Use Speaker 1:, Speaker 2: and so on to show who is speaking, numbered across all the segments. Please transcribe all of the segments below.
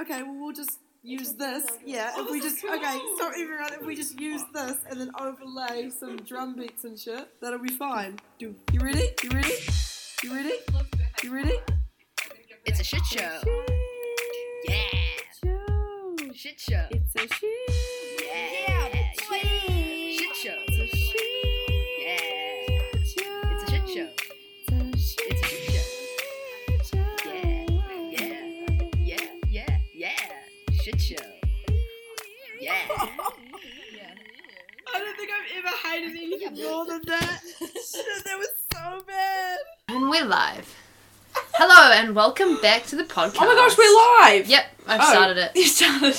Speaker 1: okay, well, we'll just use
Speaker 2: would be
Speaker 1: this.
Speaker 2: lovely.
Speaker 1: Yeah,
Speaker 3: Oh,
Speaker 1: if we
Speaker 3: this
Speaker 1: just,
Speaker 3: is
Speaker 1: okay,
Speaker 3: cool.
Speaker 1: so everyone, if we just use this and then overlay some drum beats and shit, that'll be fine. Do You ready? You ready? You ready? You ready?
Speaker 2: It's a shit show. Yeah. Shit show.
Speaker 1: It's a shit.
Speaker 2: Yeah. Shit show. Yeah. It's a shit show. It's a shit show. Yeah. Yeah. Yeah. Shit show. Yeah.
Speaker 4: Yeah.
Speaker 1: I don't think I've ever hated anything more than that. Shit, that was so bad.
Speaker 4: And we're live. Hello and welcome back to the podcast.
Speaker 3: Oh my gosh, we're live!
Speaker 4: Yep, I've
Speaker 3: Oh,
Speaker 4: started it.
Speaker 3: You started.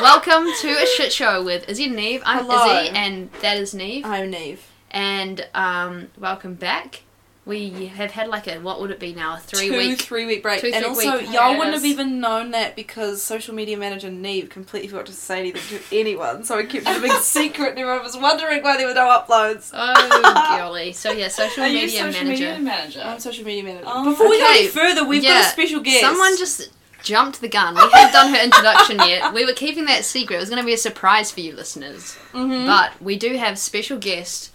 Speaker 4: Welcome to a shit show with Izzy and Neve. I'm
Speaker 3: Hello.
Speaker 4: Izzy and that is Neve.
Speaker 3: I'm Neve.
Speaker 4: And um, welcome back. We have had like a what would it be now? A three
Speaker 3: Two,
Speaker 4: week
Speaker 3: three week break.
Speaker 4: Two,
Speaker 3: and
Speaker 4: three
Speaker 3: also,
Speaker 4: week
Speaker 3: y'all wouldn't
Speaker 4: hiatus.
Speaker 3: have even known that because social media manager Neve completely forgot to say anything to anyone, so I kept it a big secret and everyone was wondering why there were no uploads.
Speaker 4: Oh golly. So yeah, social
Speaker 3: Are you
Speaker 4: media manager.
Speaker 3: I'm social media manager.
Speaker 1: Oh.
Speaker 3: Before we go
Speaker 4: Okay.
Speaker 3: any further, we've got
Speaker 4: Yeah.
Speaker 3: a special guest.
Speaker 4: Someone just jumped the gun. We haven't done her introduction yet. We were keeping that secret. It was gonna be a surprise for you listeners.
Speaker 3: Mhm.
Speaker 4: But we do have special guest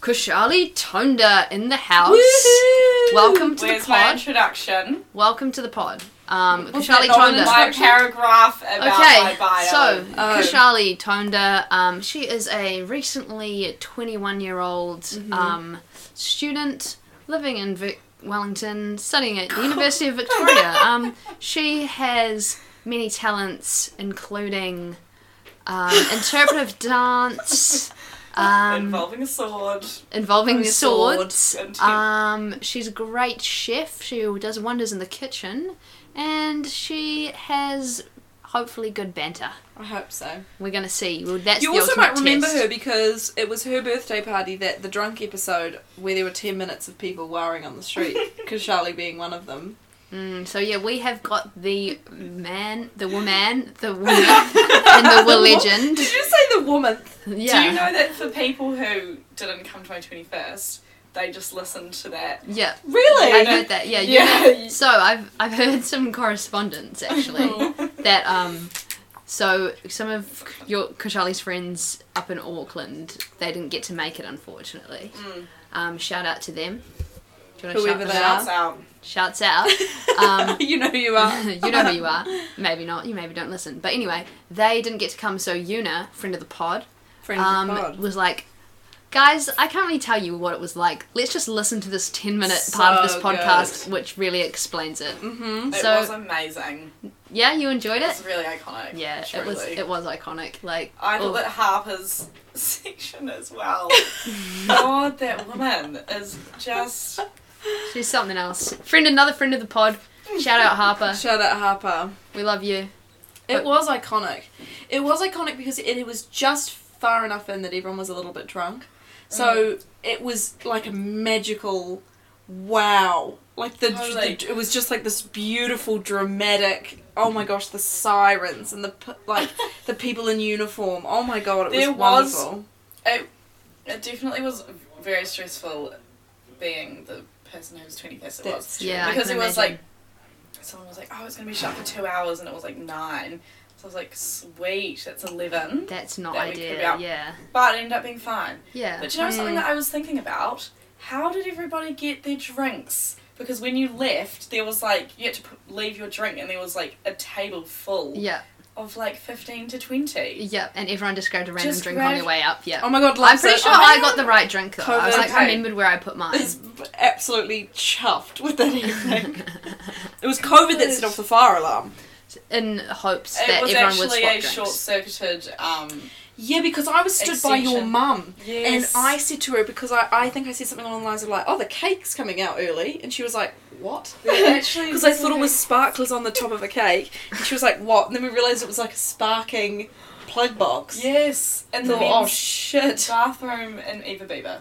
Speaker 4: Kushali Tonda in the house.
Speaker 3: Woohoo!
Speaker 4: Welcome to
Speaker 5: Where's
Speaker 4: the
Speaker 5: my
Speaker 4: pod.
Speaker 5: introduction?
Speaker 4: Welcome to the pod. Um,
Speaker 3: What's
Speaker 4: Kushali
Speaker 3: that, Norman?
Speaker 4: Tonda.
Speaker 5: My
Speaker 3: Introduction?
Speaker 5: paragraph about my
Speaker 4: Okay,
Speaker 5: bio. Um,
Speaker 4: so
Speaker 3: Oh.
Speaker 4: Kushali Tonda, um, she is a recently 21 year old
Speaker 5: Mm-hmm.
Speaker 4: um, student living in Vic- Wellington, studying at the University of Victoria. Um, she has many talents, including um, interpretive dance. Um,
Speaker 5: involving a sword.
Speaker 4: involving
Speaker 3: Involving swords.
Speaker 4: swords.
Speaker 5: oh, And he-
Speaker 4: Um, she's a great chef. She does wonders in the kitchen, and she has hopefully good banter.
Speaker 3: I hope so.
Speaker 4: We're gonna see. Well, that's
Speaker 3: You
Speaker 4: the
Speaker 3: also
Speaker 4: ultimate
Speaker 3: might remember
Speaker 4: test.
Speaker 3: her because it was her birthday party that the drunk episode where there were 10 minutes of people wiring on the street, Kashali being one of them.
Speaker 4: Mm, so yeah, we have got the man, the woman, the woman, and the
Speaker 3: wo-
Speaker 4: will legend.
Speaker 3: Did you say the woman?
Speaker 4: Yeah,
Speaker 5: Do you know that for people who didn't come to my 21st, they just listened to that?
Speaker 4: yeah.
Speaker 3: Really?
Speaker 4: I heard that. Yeah, you
Speaker 5: Yeah.
Speaker 4: know- so I've I've heard some correspondence actually
Speaker 3: Oh.
Speaker 4: that um. So some of your Kushali's friends up in Auckland, they didn't get to make it unfortunately.
Speaker 5: Mm.
Speaker 4: Um, shout out to them. Do you want to
Speaker 3: Whoever
Speaker 4: shout them
Speaker 3: they
Speaker 4: out?
Speaker 5: Shouts out.
Speaker 4: Shouts out. Um,
Speaker 3: you know who you are.
Speaker 4: you know who you are. Maybe not. You maybe don't listen. But anyway, they didn't get to come. So Una, friend of the pod,
Speaker 3: Friend
Speaker 4: um,
Speaker 3: of the pod.
Speaker 4: was like, guys, I can't really tell you what it was like. Let's just listen to this ten minute part of this
Speaker 3: So
Speaker 4: podcast, which really explains it.
Speaker 3: Mm-hmm.
Speaker 5: It
Speaker 4: So-
Speaker 5: was amazing.
Speaker 4: Yeah, you enjoyed
Speaker 5: It was
Speaker 4: it.
Speaker 5: really iconic.
Speaker 4: Yeah, it was.
Speaker 5: truly.
Speaker 4: It was iconic. Like,
Speaker 5: I
Speaker 4: oh,
Speaker 5: lit Harper's section as well. God, that woman is just.
Speaker 4: she's something else. Friend, another friend of the pod. Shout out Harper.
Speaker 3: Shout out Harper.
Speaker 4: We love you.
Speaker 3: It was iconic. It was iconic because it, it was just far enough in that everyone was a little bit drunk. So it was like a magical wow. Like the,
Speaker 5: Totally.
Speaker 3: the- it was just like this beautiful dramatic. Oh my gosh, the sirens and the p- like the people in uniform. Oh my god, it
Speaker 5: There
Speaker 3: was
Speaker 5: was-
Speaker 3: wonderful.
Speaker 5: It definitely was very stressful being the person who was 21st. It was.
Speaker 3: That's
Speaker 4: Yeah, I
Speaker 5: Because
Speaker 4: can
Speaker 5: it was
Speaker 4: imagine.
Speaker 5: like- someone was like, "Oh, it's gonna be shut for two hours," and it was like nine. So I was like, "Sweet, that's eleven.
Speaker 4: that's not
Speaker 5: that we could be
Speaker 4: ideal.
Speaker 5: out.
Speaker 4: Yeah,
Speaker 5: But it ended up being fine.
Speaker 4: yeah.
Speaker 5: But you know something
Speaker 3: Mm.
Speaker 5: that I was thinking about? How did everybody get their drinks? Because when you left, there was like you had to put, leave your drink, and there was like a table full
Speaker 4: Yeah,
Speaker 5: of like fifteen to twenty.
Speaker 4: yeah. And everyone just grabbed a random
Speaker 5: Just
Speaker 4: drink on
Speaker 5: grab-
Speaker 4: your way up. Yeah.
Speaker 3: Oh my god,
Speaker 4: I'm
Speaker 3: Lisa,
Speaker 4: pretty sure I got the right drink though. I was like,
Speaker 5: Okay.
Speaker 4: remembered where I put mine.
Speaker 3: is absolutely chuffed with that evening. it was COVID that set off the fire alarm.
Speaker 4: In hopes that
Speaker 5: It was
Speaker 4: everyone would
Speaker 5: actually
Speaker 4: swap
Speaker 5: a
Speaker 4: drinks.
Speaker 5: short-circuited. Um,
Speaker 3: Yeah, because I was stood by your
Speaker 5: Extension.
Speaker 3: mum.
Speaker 5: yes.
Speaker 3: And I said to her, because I, I think I said something along the lines of like, oh, the cake's coming out early. And she was like, what?
Speaker 5: actually
Speaker 3: Because I thought it was sparklers on the top of a cake. And she was like, what? And then we realised it was like a sparking plug box.
Speaker 5: yes, and
Speaker 3: And
Speaker 5: the
Speaker 3: thought, oh,
Speaker 5: men's
Speaker 3: shit.
Speaker 5: bathroom in Eva Beaver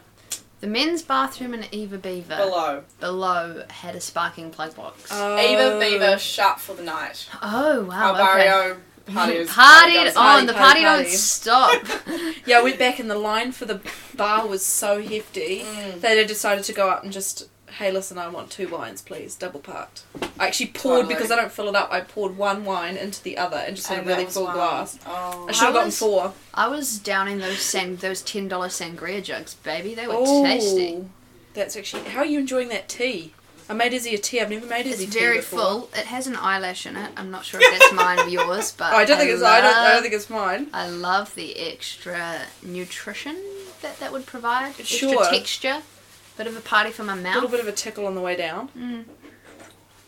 Speaker 4: the men's bathroom in Eva Beaver below.
Speaker 5: below.
Speaker 4: had a sparking plug box.
Speaker 6: Uh,
Speaker 5: Eva Beaver
Speaker 3: Oh.
Speaker 5: shut for the night.
Speaker 4: oh
Speaker 5: Our
Speaker 4: wow! Okay.
Speaker 5: Barrio party was
Speaker 4: Partied
Speaker 3: Party,
Speaker 4: on. The
Speaker 3: party,
Speaker 4: party don't
Speaker 3: party.
Speaker 4: stop.
Speaker 3: Yeah, I went back and the line for the bar was so hefty
Speaker 5: Mm.
Speaker 3: that I decided to go up and just
Speaker 6: hey, listen, I want two wines, please, double parked. I actually poured
Speaker 5: Totally.
Speaker 6: because I don't fill it up. I poured one wine into the other and just had a
Speaker 5: And that
Speaker 6: really
Speaker 5: was
Speaker 6: full
Speaker 5: one.
Speaker 6: glass.
Speaker 5: Oh.
Speaker 6: I should have gotten
Speaker 4: was-
Speaker 6: four.
Speaker 4: I was downing those sang- those ten dollar sangria jugs, baby. They were
Speaker 6: Ooh,
Speaker 4: tasty.
Speaker 6: Oh, That's actually how are you enjoying that tea? I made Izzy a tea. I've never made
Speaker 4: It's
Speaker 6: Izzy tea
Speaker 4: very
Speaker 6: before.
Speaker 4: full. It has an eyelash in it. I'm not sure if that's mine or yours, but
Speaker 6: Oh, I don't think it's. I don't. I don't
Speaker 4: love-
Speaker 6: think it's mine.
Speaker 4: I love the extra nutrition that that would provide.
Speaker 6: Sure.
Speaker 4: Extra texture. Bit of a party for my
Speaker 6: A little
Speaker 4: mouth.
Speaker 6: bit of a tickle on the way down.
Speaker 4: Mm.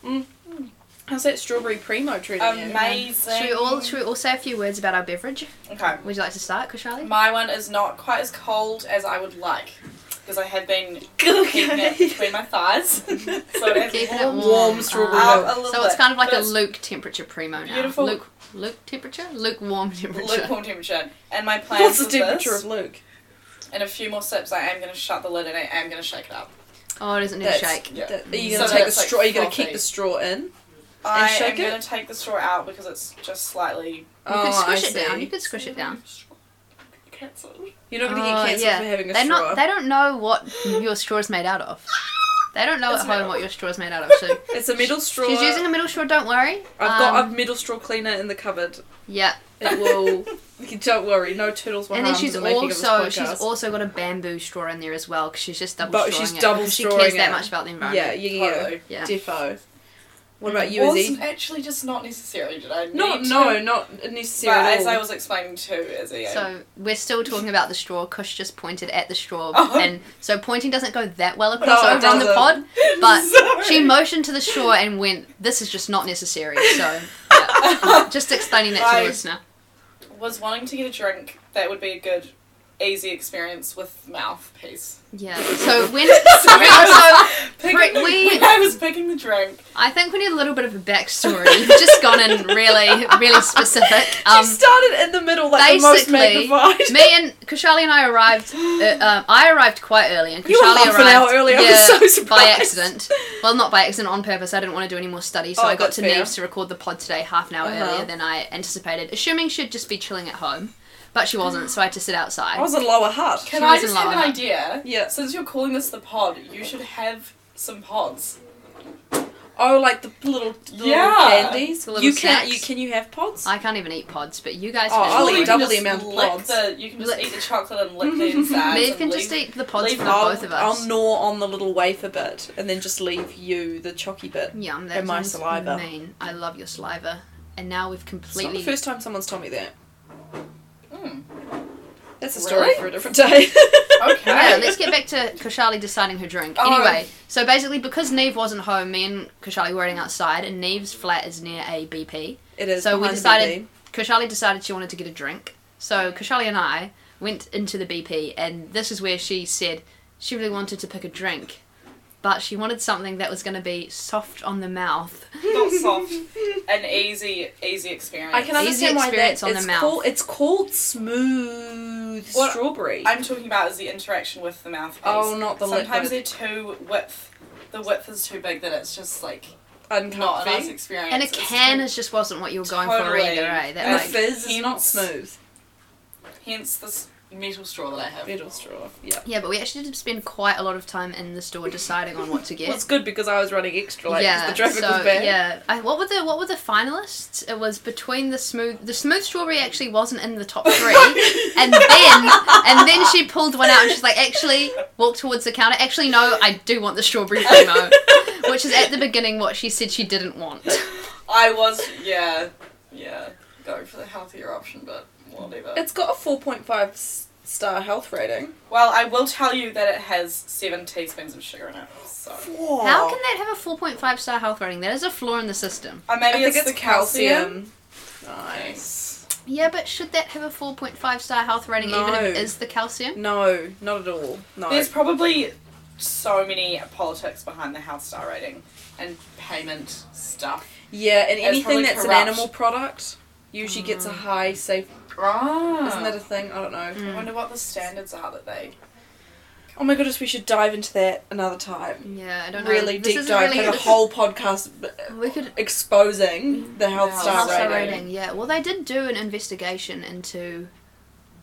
Speaker 6: Mm. Um, How's that strawberry primo treating you?
Speaker 5: Amazing.
Speaker 4: Should we all should we all say a few words about our beverage?
Speaker 5: Okay.
Speaker 4: Would you like to start, Kushali?
Speaker 5: My one is not quite as cold as I would like because I have been keeping it
Speaker 6: Okay.
Speaker 5: between my thighs. so it has
Speaker 4: Keeping it
Speaker 5: warmed
Speaker 4: warm.
Speaker 6: warm strawberry
Speaker 4: Ah.
Speaker 5: up
Speaker 6: milk.
Speaker 5: a little
Speaker 4: so it's
Speaker 5: bit,
Speaker 4: kind of like
Speaker 5: but
Speaker 4: a
Speaker 5: it's
Speaker 4: Luke temperature primo now.
Speaker 5: beautiful.
Speaker 4: Luke, Luke temperature, lukewarm temperature.
Speaker 5: lukewarm temperature. And my plan
Speaker 6: What's
Speaker 5: is
Speaker 6: the temperature of
Speaker 5: this.
Speaker 6: Luke?
Speaker 5: In a few more sips, I am going to shut the lid and I am going to shake it up.
Speaker 4: Oh, it doesn't need a
Speaker 6: That's-
Speaker 4: shake.
Speaker 5: Yeah.
Speaker 6: that- are you gonna
Speaker 5: So
Speaker 6: take the
Speaker 5: that's, like,
Speaker 6: straw? Are you gonna keep
Speaker 5: frothy.
Speaker 6: the straw in?
Speaker 5: I am
Speaker 6: shake it?
Speaker 5: going to take the straw out because it's just slightly
Speaker 4: You
Speaker 6: Oh,
Speaker 4: could squish it down. You could squish it down.
Speaker 5: cancelled.
Speaker 6: You're not gonna
Speaker 4: Oh,
Speaker 6: get cancelled
Speaker 4: yeah.
Speaker 6: for having a
Speaker 4: They
Speaker 6: straw.
Speaker 4: not. They don't know what your straw's made out of. They don't know
Speaker 5: It's
Speaker 4: at home
Speaker 5: metal.
Speaker 4: what your straw's made out of. So
Speaker 6: It's a middle straw.
Speaker 4: she's using a middle straw. Don't worry.
Speaker 6: I've got a
Speaker 4: Um,
Speaker 6: middle straw cleaner in the cupboard.
Speaker 4: yeah,
Speaker 6: It will. don't worry, no turtles were
Speaker 4: and then
Speaker 6: harmed
Speaker 4: she's
Speaker 6: in the making
Speaker 4: also
Speaker 6: of this
Speaker 4: she's
Speaker 6: podcast.
Speaker 4: also got a bamboo straw in there as well because she's just double
Speaker 6: But
Speaker 4: strawing
Speaker 6: she's
Speaker 4: it
Speaker 6: double
Speaker 4: because she
Speaker 6: strawing
Speaker 4: cares
Speaker 6: it.
Speaker 4: that much about the environment.
Speaker 6: yeah, yeah, yeah.
Speaker 5: Totally.
Speaker 4: Yeah.
Speaker 6: Defo. What about you,
Speaker 5: was
Speaker 6: Izzy?
Speaker 5: actually just not necessary. Did I? Need
Speaker 6: No,
Speaker 5: to?
Speaker 6: no, not
Speaker 5: But
Speaker 6: necessarily.
Speaker 5: as I was explaining to Izzy,
Speaker 4: So we're still talking about the straw. Kush just pointed at the straw,
Speaker 5: Oh.
Speaker 4: and so pointing doesn't go that well
Speaker 5: No,
Speaker 4: across
Speaker 5: it
Speaker 4: over on the
Speaker 5: doesn't.
Speaker 4: pod. But
Speaker 5: Sorry.
Speaker 4: she motioned to the straw and went, "This is just not necessary." So yeah. just explaining that to
Speaker 5: Right.
Speaker 4: the listener.
Speaker 5: was wanting to get a drink that would be a good, easy experience with mouthpiece.
Speaker 4: Yeah. So when so
Speaker 5: Picking
Speaker 4: Right,
Speaker 5: the-
Speaker 4: we-
Speaker 5: when I was picking the drink.
Speaker 4: I think we need a little bit of a backstory. You've just gone in really, really specific. Um,
Speaker 6: she started in the middle, like the most
Speaker 4: basically,
Speaker 6: magnified.
Speaker 4: me and Kushali and I arrived. Uh, um, I arrived quite early, and Kushali
Speaker 6: You were half
Speaker 4: arrived
Speaker 6: an hour early. I was
Speaker 4: yeah,
Speaker 6: so surprised.
Speaker 4: by accident. Well, not by accident, on purpose. I didn't want to do any more study, so
Speaker 6: Oh,
Speaker 4: I got
Speaker 6: that's
Speaker 4: to
Speaker 6: fair.
Speaker 4: Neves to record the pod today half an hour
Speaker 6: Uh-huh.
Speaker 4: earlier than I anticipated, assuming she'd just be chilling at home. But she wasn't, so I had to sit outside.
Speaker 6: I was in lower hut.
Speaker 5: Can
Speaker 4: She
Speaker 5: I
Speaker 4: was
Speaker 5: just
Speaker 4: in
Speaker 5: have an
Speaker 4: Lana.
Speaker 5: idea?
Speaker 6: Yeah.
Speaker 5: Since you're calling this the pod, you should have some pods.
Speaker 6: Oh, like the little, the little
Speaker 5: Yeah.
Speaker 6: candies.
Speaker 4: The little
Speaker 6: you can.
Speaker 4: snacks.
Speaker 6: You can. You have pods.
Speaker 4: I can't even eat pods, but you guys
Speaker 6: Oh,
Speaker 4: can.
Speaker 6: I'll
Speaker 5: Surely
Speaker 6: eat
Speaker 5: you can
Speaker 6: double the
Speaker 5: just
Speaker 6: amount of
Speaker 5: lick
Speaker 6: pods.
Speaker 5: The, you can just
Speaker 4: Lick-
Speaker 5: eat the chocolate and lick the insides.
Speaker 4: Maeve
Speaker 5: and
Speaker 4: can just
Speaker 5: leave-
Speaker 4: eat the pods
Speaker 5: leave
Speaker 4: for the
Speaker 5: all-
Speaker 4: both of us.
Speaker 6: I'll gnaw on the little wafer bit and then just leave you the chalky bit.
Speaker 4: Yum, that
Speaker 6: And my
Speaker 4: sounds
Speaker 6: saliva.
Speaker 4: mean. I love your saliva. And now we've
Speaker 6: It's not the
Speaker 4: completely.
Speaker 6: first time someone's told me that.
Speaker 5: Mm.
Speaker 6: That's a story
Speaker 5: Really?
Speaker 6: for a different day.
Speaker 5: Okay.
Speaker 4: Yeah, let's get back to Kushali deciding her drink.
Speaker 5: Oh.
Speaker 4: Anyway, so basically, because Neve wasn't home, me and Kushali were eating outside, and Neve's flat is near a BP.
Speaker 6: It is.
Speaker 4: So we
Speaker 6: behind the
Speaker 4: decided-
Speaker 6: BB.
Speaker 4: Kushali decided she wanted to get a drink. So Kushali and I went into the BP, and this is where she said she really wanted to pick a drink, but she wanted something that was going to be soft on the mouth.
Speaker 5: Not soft. An easy, easy experience.
Speaker 6: I can understand why
Speaker 4: experience
Speaker 6: that's
Speaker 4: on the
Speaker 6: it's
Speaker 4: mouth.
Speaker 6: Called, it's called smooth
Speaker 5: What-
Speaker 6: strawberry.
Speaker 5: I'm talking about is the interaction with the mouthpiece.
Speaker 6: Oh, not the
Speaker 5: Sometimes
Speaker 6: liquid.
Speaker 5: they're too width. The width is too big that it's just like not a nice
Speaker 6: Uncomfy.
Speaker 5: experience.
Speaker 4: And a
Speaker 5: It's
Speaker 4: can
Speaker 5: too-
Speaker 4: is just wasn't what you were going for
Speaker 5: Totally.
Speaker 4: either, eh? That
Speaker 6: And the
Speaker 4: like,
Speaker 6: fizz is not
Speaker 5: Hints.
Speaker 6: smooth.
Speaker 5: hence this metal straw that I have.
Speaker 6: Middle straw. Yeah.
Speaker 4: yeah, but we actually did spend quite a lot of time in the store deciding on what to get.
Speaker 6: Well, it's good because I was running extra late because
Speaker 4: yeah,
Speaker 6: the traffic
Speaker 4: so,
Speaker 6: was bad.
Speaker 4: Yeah. I, what were the what were the finalists? It was between the smooth the smooth strawberry actually wasn't in the top three. and then and then she pulled one out and she's like, actually walked towards the counter. Actually no, I do want the strawberry primo. which is at the beginning what she said she didn't want.
Speaker 5: I was, yeah, yeah, going for the healthier option, but whatever.
Speaker 6: It's got a 4.5 s- star health rating.
Speaker 5: well, I will tell you that it has seven teaspoons of sugar in it. So
Speaker 6: Whoa.
Speaker 4: How can that have a four point five star health rating? That is a flaw in the system.
Speaker 5: uh,
Speaker 6: I
Speaker 5: maybe
Speaker 6: think
Speaker 5: it's,
Speaker 6: it's,
Speaker 5: the calcium.
Speaker 6: calcium. Nice.
Speaker 5: Nice.
Speaker 4: Yeah, but should that have a four point five star health rating even if it
Speaker 6: No.
Speaker 4: is the calcium?
Speaker 6: No, not at all. No.
Speaker 5: There's probably so many politics behind the health star rating and payment stuff.
Speaker 6: yeah, and
Speaker 5: It's
Speaker 6: anything
Speaker 5: probably
Speaker 6: that's an
Speaker 5: corrupt.
Speaker 6: animal product usually gets a high safe.
Speaker 5: Ah, Mm.
Speaker 6: Isn't that a thing? I don't know.
Speaker 5: I wonder what the standards are that they.
Speaker 6: Oh my goodness, we should dive into that another time.
Speaker 4: Yeah, I don't know.
Speaker 6: Really
Speaker 4: This
Speaker 6: deep
Speaker 4: is
Speaker 6: dive.
Speaker 4: really-
Speaker 6: Have a
Speaker 4: this is-
Speaker 6: whole podcast b-
Speaker 4: we could
Speaker 6: exposing the health
Speaker 5: Yeah.
Speaker 6: star
Speaker 4: House
Speaker 5: Health
Speaker 6: rating.
Speaker 5: star
Speaker 4: rating. yeah. Well, they did do an investigation into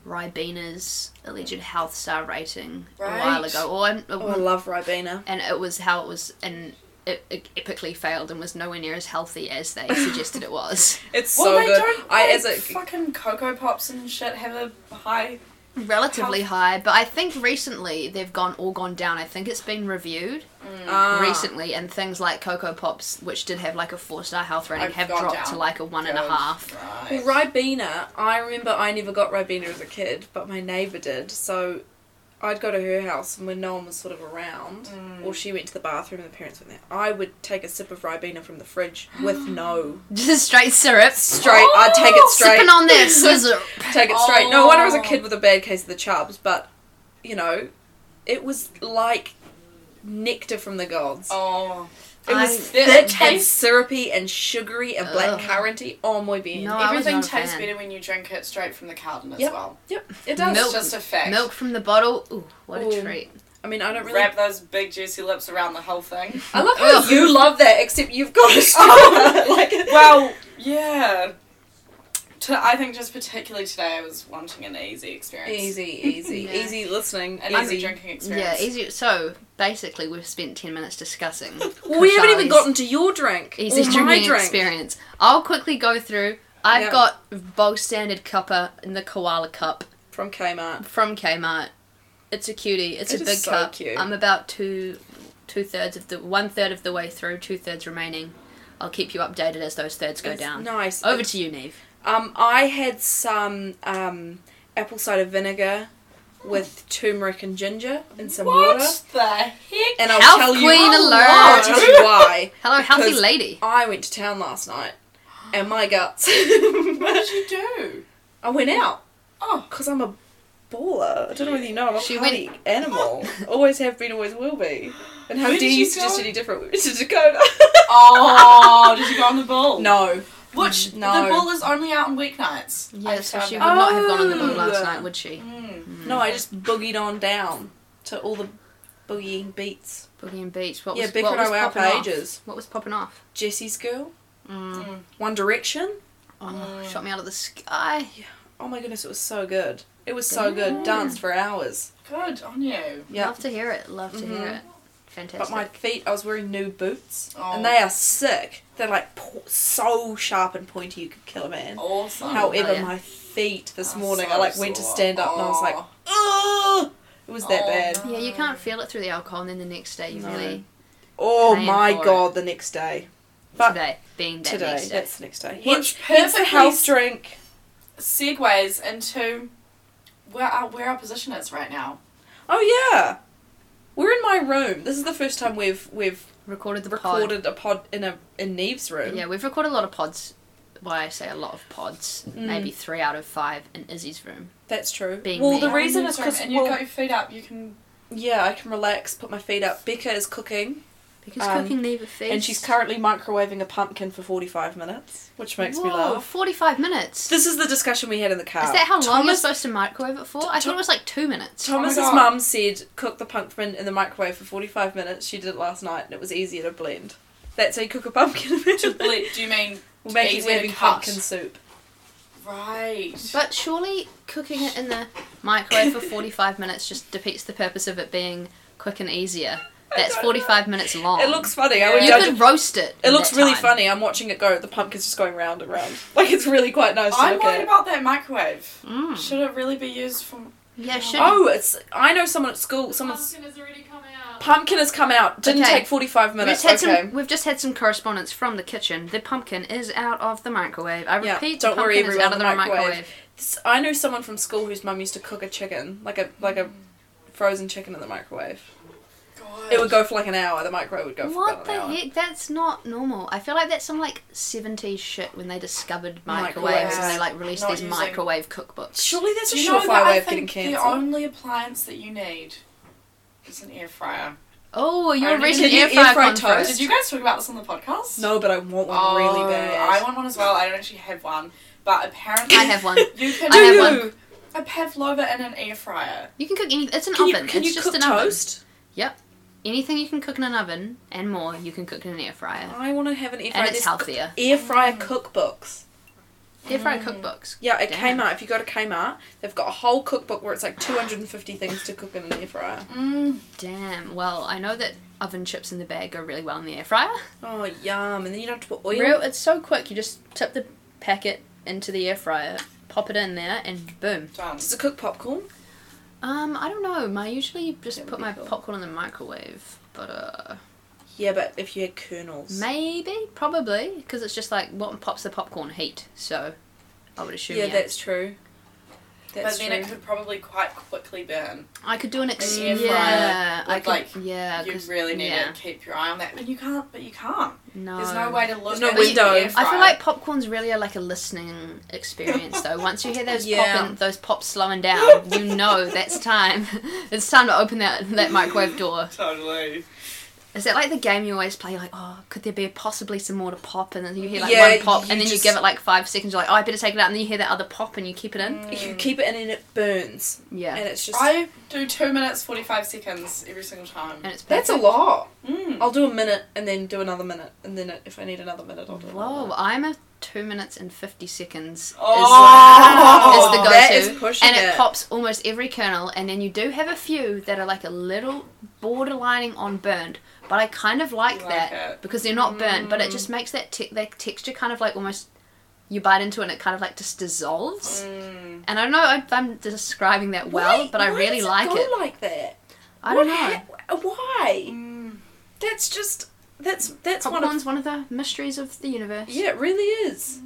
Speaker 4: Ribena's alleged health star rating
Speaker 5: Right.
Speaker 4: a while ago, or and,
Speaker 6: Oh, I love Ribena.
Speaker 4: and it was how it was and it, it epically failed and was nowhere near as healthy as they suggested it was.
Speaker 6: It's
Speaker 5: Well,
Speaker 6: so
Speaker 5: they
Speaker 6: good.
Speaker 5: don't
Speaker 6: I
Speaker 5: like,
Speaker 6: as a
Speaker 5: fucking cocoa pops and shit have a high.
Speaker 4: Relatively high, but I think recently they've gone all gone down. I think it's been reviewed
Speaker 6: Ah.
Speaker 4: recently, and things like Cocoa Pops, which did have like a four star health rating,
Speaker 5: I've
Speaker 4: have
Speaker 5: gone
Speaker 4: dropped
Speaker 5: down.
Speaker 4: to like a one and a
Speaker 5: Goes.
Speaker 4: half.
Speaker 5: Right.
Speaker 6: Well, Ribena, I remember I never got Ribena as a kid, but my neighbour did. So I'd go to her house, and when no one was sort of around,
Speaker 5: Mm.
Speaker 6: or she went to the bathroom and the parents went there, I would take a sip of Ribena from the fridge with no
Speaker 4: Just straight syrup.
Speaker 6: straight. I'd take it straight.
Speaker 4: Sipping on their scissor.
Speaker 6: take it straight. No wonder I was a
Speaker 5: Oh.
Speaker 6: kid with a bad case of the chubs, but you know, it was like nectar from the gods.
Speaker 5: Oh.
Speaker 6: It was
Speaker 4: I-
Speaker 5: That
Speaker 6: thick and
Speaker 5: tastes-
Speaker 6: syrupy and sugary and black
Speaker 4: Ugh.
Speaker 6: curranty. Oh my bien.
Speaker 4: No, I was
Speaker 5: Everything
Speaker 4: not a
Speaker 5: tastes
Speaker 4: fan.
Speaker 5: better when you drink it straight from the carton as
Speaker 6: Yep.
Speaker 5: well.
Speaker 6: Yep, it does.
Speaker 5: It's
Speaker 4: Milk.
Speaker 5: just a fact.
Speaker 4: Milk from the bottle. Ooh, what a
Speaker 6: Ooh.
Speaker 4: treat.
Speaker 6: I mean, I don't really.
Speaker 5: Wrap those big juicy lips around the whole thing.
Speaker 6: I love how
Speaker 4: Ugh.
Speaker 6: you love that, except you've got a straw. like,
Speaker 5: well, yeah. To, I think just particularly today, I was wanting an easy experience,
Speaker 6: easy, easy,
Speaker 4: Yeah.
Speaker 6: easy listening,
Speaker 5: an
Speaker 6: easy
Speaker 5: easy drinking experience.
Speaker 4: Yeah, easy. So basically, we've spent ten minutes discussing.
Speaker 6: We haven't even
Speaker 4: Kushali's
Speaker 6: gotten to your drink.
Speaker 4: easy
Speaker 6: or my
Speaker 4: drinking
Speaker 6: drink.
Speaker 4: experience. I'll quickly go through. I've
Speaker 6: Yeah.
Speaker 4: got bog standard cuppa in the koala cup
Speaker 6: from Kmart.
Speaker 4: from Kmart. It's a cutie. It's
Speaker 6: It
Speaker 4: a
Speaker 6: is
Speaker 4: big
Speaker 6: so
Speaker 4: cup.
Speaker 6: cute.
Speaker 4: I'm about two, two thirds of the one third of the way through. Two thirds remaining. I'll keep you updated as those thirds go
Speaker 6: It's
Speaker 4: down.
Speaker 6: Nice.
Speaker 4: Over to you, Neve.
Speaker 6: Um, I had some um, apple cider vinegar with turmeric and ginger and some
Speaker 5: What
Speaker 6: water.
Speaker 5: the heck?
Speaker 6: And I'll
Speaker 4: Health
Speaker 6: tell you,
Speaker 4: queen
Speaker 6: I'll
Speaker 4: alert.
Speaker 6: tell you why.
Speaker 4: Hello, healthy
Speaker 6: Because-
Speaker 4: lady.
Speaker 6: I went to town last night, and my guts.
Speaker 5: what did you do?
Speaker 6: I went out.
Speaker 5: Oh.
Speaker 6: because I'm a baller. I don't know whether you know. I'm a
Speaker 4: She
Speaker 6: party animal. always have been, always will be. And how
Speaker 5: Where
Speaker 6: dare
Speaker 5: did
Speaker 6: you
Speaker 5: you
Speaker 6: suggest
Speaker 5: go?
Speaker 6: any different? We went to Dakota.
Speaker 5: Oh, did you go on the ball?
Speaker 6: no.
Speaker 5: Which
Speaker 6: No.
Speaker 5: the ball is only out on weeknights.
Speaker 4: Yeah, so she would
Speaker 5: Oh.
Speaker 4: not have gone on the ball last
Speaker 6: Oh.
Speaker 4: night, would she?
Speaker 5: Mm.
Speaker 6: No, I just boogied on down to all the boogieing beats.
Speaker 4: Boogie and Beach. What
Speaker 6: yeah,
Speaker 4: was
Speaker 6: Becker
Speaker 4: what
Speaker 6: and I
Speaker 4: was
Speaker 6: were out for
Speaker 4: popping off?
Speaker 6: ages.
Speaker 4: What was popping off?
Speaker 6: Jessie's Girl.
Speaker 4: Mm.
Speaker 6: One Direction.
Speaker 4: Oh,
Speaker 6: Mm.
Speaker 4: shot me out of the sky.
Speaker 6: Oh my goodness, it was so good. It was so good. Danced for hours.
Speaker 5: Good on you.
Speaker 6: Yeah.
Speaker 4: Love to hear it. Love to hear
Speaker 6: Mhm.
Speaker 4: it.
Speaker 6: But
Speaker 4: Fantastic.
Speaker 6: my feet, I was wearing new boots,
Speaker 5: Oh.
Speaker 6: and they are sick. They're like po- so sharp and pointy, you could kill a man.
Speaker 5: Awesome.
Speaker 6: However,
Speaker 4: Oh, yeah.
Speaker 6: my feet this
Speaker 5: I'm
Speaker 6: morning,
Speaker 5: so
Speaker 6: I like went to
Speaker 5: sore.
Speaker 6: stand up and I was like, ugh! It was that
Speaker 5: Oh,
Speaker 6: bad.
Speaker 5: no.
Speaker 4: yeah, you can't feel it through the alcohol, and then the next day you
Speaker 6: No.
Speaker 4: really
Speaker 6: Oh
Speaker 4: Praying
Speaker 6: my
Speaker 4: for
Speaker 6: god, the next day. But
Speaker 4: today being that
Speaker 6: today,
Speaker 4: next day.
Speaker 6: that's the next day. Hence,
Speaker 5: Which
Speaker 6: hence the
Speaker 5: perfectly
Speaker 6: health
Speaker 5: s-
Speaker 6: drink.
Speaker 5: segues into where our, where our position is right now.
Speaker 6: Oh yeah. We're in my room. This is the first time we've we've
Speaker 4: Recorded the pod.
Speaker 6: recorded a pod in a in Neve's room.
Speaker 4: Yeah, we've recorded a lot of pods. Why I say a lot of pods,
Speaker 6: Mm.
Speaker 4: maybe three out of five in Izzy's room.
Speaker 6: That's true.
Speaker 4: Being
Speaker 6: well,
Speaker 4: me.
Speaker 6: the
Speaker 4: Yeah,
Speaker 6: reason
Speaker 5: I'm
Speaker 6: is
Speaker 5: sorry,
Speaker 6: because
Speaker 5: and you
Speaker 6: well,
Speaker 5: got your feet up. You can.
Speaker 6: yeah, I can relax, put my feet up. Becca is cooking,
Speaker 4: Because
Speaker 6: Um,
Speaker 4: cooking never feeds.
Speaker 6: and she's currently microwaving a pumpkin for forty five minutes, which makes
Speaker 4: Whoa,
Speaker 6: me laugh.
Speaker 4: forty-five minutes.
Speaker 6: This is the discussion we had in the car.
Speaker 4: Is that how long you're
Speaker 6: Thomas,
Speaker 4: supposed to microwave it for? I thought it was like two minutes.
Speaker 6: Thomas's
Speaker 5: Oh my God.
Speaker 6: mum said cook the pumpkin in the microwave for 45 minutes. She did it last night and it was easier to blend. That's how you cook a pumpkin.
Speaker 5: To ble- do you mean
Speaker 6: We're making
Speaker 5: easier
Speaker 6: we're having
Speaker 5: to cut.
Speaker 6: pumpkin soup.
Speaker 5: right?
Speaker 4: But surely cooking it in the microwave for 45 minutes just defeats the purpose of it being quick and easier. That's
Speaker 6: don't
Speaker 4: 45 minutes long.
Speaker 6: It looks funny. I would
Speaker 4: You
Speaker 6: judge
Speaker 4: could
Speaker 6: it.
Speaker 4: roast it.
Speaker 6: It
Speaker 4: in
Speaker 6: looks
Speaker 4: that
Speaker 6: really
Speaker 4: time.
Speaker 6: funny. I'm watching it go. The pumpkin's just going round and round. Like it's really quite nice to
Speaker 5: I'm
Speaker 6: look
Speaker 5: worried
Speaker 6: at.
Speaker 5: about that microwave.
Speaker 6: Hmm.
Speaker 4: Mm.
Speaker 5: Should it really be used for?
Speaker 4: Yeah, it should.
Speaker 6: Oh, it's. I know someone at school. Someone's
Speaker 7: has already come out.
Speaker 6: pumpkin has come out. Didn't
Speaker 4: Okay.
Speaker 6: take 45
Speaker 4: We've
Speaker 6: minutes.
Speaker 4: just, had
Speaker 6: okay.
Speaker 4: some, we've just had some correspondence from the kitchen. The pumpkin is out of the microwave. I
Speaker 6: Yeah,
Speaker 4: repeat,
Speaker 6: don't
Speaker 4: the
Speaker 6: worry,
Speaker 4: pumpkin is out
Speaker 6: everyone,
Speaker 4: of the
Speaker 6: the
Speaker 4: microwave.
Speaker 6: microwave. S- I know someone from school whose mum used to cook a chicken, like a like a frozen chicken in the microwave.
Speaker 5: God.
Speaker 6: It would go for like an hour. The microwave would go for
Speaker 4: What
Speaker 6: about
Speaker 4: the
Speaker 6: an hour.
Speaker 4: heck? That's not normal. I feel like that's some like 70s shit when they discovered microwaves and
Speaker 5: Microwaves.
Speaker 4: they like released
Speaker 5: Not
Speaker 4: these
Speaker 5: using-
Speaker 4: microwave cookbooks.
Speaker 6: Surely that's a
Speaker 5: Do you know
Speaker 6: surefire
Speaker 5: that
Speaker 6: way
Speaker 5: I
Speaker 6: of getting
Speaker 5: think the
Speaker 6: cancer.
Speaker 5: only appliance that you need is an air fryer.
Speaker 4: Oh,
Speaker 5: I
Speaker 4: you're a
Speaker 5: don't
Speaker 4: recent
Speaker 6: think-
Speaker 4: air
Speaker 6: Did you air
Speaker 4: fryer
Speaker 6: fry
Speaker 4: conference.
Speaker 6: toast?
Speaker 5: Did you guys talk about this on the podcast?
Speaker 6: No, but I want one
Speaker 5: Oh,
Speaker 6: really bad.
Speaker 5: I want one as well. I don't actually have one, but apparently
Speaker 4: I have one.
Speaker 5: You can
Speaker 4: I
Speaker 5: do
Speaker 4: have one.
Speaker 5: a pavlova in an air fryer.
Speaker 4: You can cook anything. It's an
Speaker 6: Can
Speaker 4: oven.
Speaker 6: you, can
Speaker 4: it's
Speaker 6: you
Speaker 4: just
Speaker 6: cook
Speaker 4: an oven.
Speaker 6: toast?
Speaker 4: Anything you can cook in an oven and more, you can cook in an air fryer.
Speaker 6: I want to have an air fryer.
Speaker 4: And it's
Speaker 7: Mm.
Speaker 6: There's
Speaker 4: healthier.
Speaker 6: Air fryer cookbooks.
Speaker 4: Dear Fried cookbooks.
Speaker 6: Mm. Yeah, at
Speaker 4: Damn.
Speaker 6: Kmart. If you go to Kmart, they've got a whole cookbook where it's like 250 things to cook in an air fryer.
Speaker 5: Mm.
Speaker 4: Damn. Well, I know that oven chips in the bag go really well in the air fryer.
Speaker 6: Oh, yum. And then you don't have to put oil.
Speaker 4: Real, it's so quick. You just tip the packet into the air fryer, pop it in there, and boom.
Speaker 5: Done.
Speaker 6: Does it cook popcorn?
Speaker 4: Um, I don't know. I usually just
Speaker 6: That would
Speaker 4: put
Speaker 6: be
Speaker 4: my
Speaker 6: cool.
Speaker 4: popcorn in the microwave, but uh,
Speaker 6: Yeah, but if you had kernels.
Speaker 4: maybe, probably, because it's just like what pops the popcorn heat. So, I would assume.
Speaker 6: yeah,
Speaker 4: Yeah,
Speaker 6: that's true.
Speaker 5: But
Speaker 6: That's
Speaker 5: then it
Speaker 6: true.
Speaker 5: could probably quite quickly burn.
Speaker 4: I could do an ex.
Speaker 5: air fryer
Speaker 4: Yeah, I
Speaker 5: would,
Speaker 4: could.
Speaker 5: like,
Speaker 4: yeah,
Speaker 5: you
Speaker 4: 'cause-
Speaker 5: really need
Speaker 4: yeah,
Speaker 5: to keep your eye on that. But you can't. But you can't.
Speaker 4: No.
Speaker 5: There's no way to look.
Speaker 6: There's no
Speaker 5: at the
Speaker 6: window.
Speaker 5: air
Speaker 4: I
Speaker 5: fryer.
Speaker 4: feel like popcorn's really like a listening experience though. Once you hear those
Speaker 6: Yeah.
Speaker 4: popping, those pops slowing down, you know that's time. it's time to open that that microwave door.
Speaker 5: totally.
Speaker 4: Is that like the game you always play? You're like, oh, could there be possibly some more to pop? And then you hear like
Speaker 6: Yeah,
Speaker 4: one pop,
Speaker 6: you
Speaker 4: and then
Speaker 6: just-
Speaker 4: you give it like five seconds. You're like, oh, I better take it out, and then you hear that other pop, and you keep it in.
Speaker 6: You keep it in and it burns.
Speaker 4: Yeah,
Speaker 6: Mm. And it's just.
Speaker 5: I do two minutes forty five seconds every single time.
Speaker 4: and it's
Speaker 6: that's a
Speaker 4: perfect.
Speaker 6: lot.
Speaker 5: Mm.
Speaker 6: I'll do a minute and then do another minute. And then if I need another minute, I'll do another
Speaker 4: Whoa, I'm a two minutes and fifty seconds. is-
Speaker 5: Oh!
Speaker 4: is the go-to,
Speaker 6: That is pushing
Speaker 4: and it,
Speaker 6: it.
Speaker 4: pops almost every kernel. And then you do have a few that are like a little borderlining on burned, but I kind of like,
Speaker 5: You like
Speaker 4: that
Speaker 5: it.
Speaker 4: because they're not burnt, but it just makes that te- that texture kind of like almost you bite into it and it kind of like just dissolves.
Speaker 5: Mm.
Speaker 4: And I don't know if I'm describing that well,
Speaker 6: Why-
Speaker 4: but I
Speaker 6: why
Speaker 4: really
Speaker 6: does
Speaker 4: like
Speaker 6: go
Speaker 4: it.
Speaker 6: like that.
Speaker 4: I don't
Speaker 6: What
Speaker 4: know.
Speaker 6: hap- why?
Speaker 5: Mm.
Speaker 6: That's just. That's that's one of
Speaker 4: Popcorn's one of the mysteries of the universe.
Speaker 6: Yeah, it really is.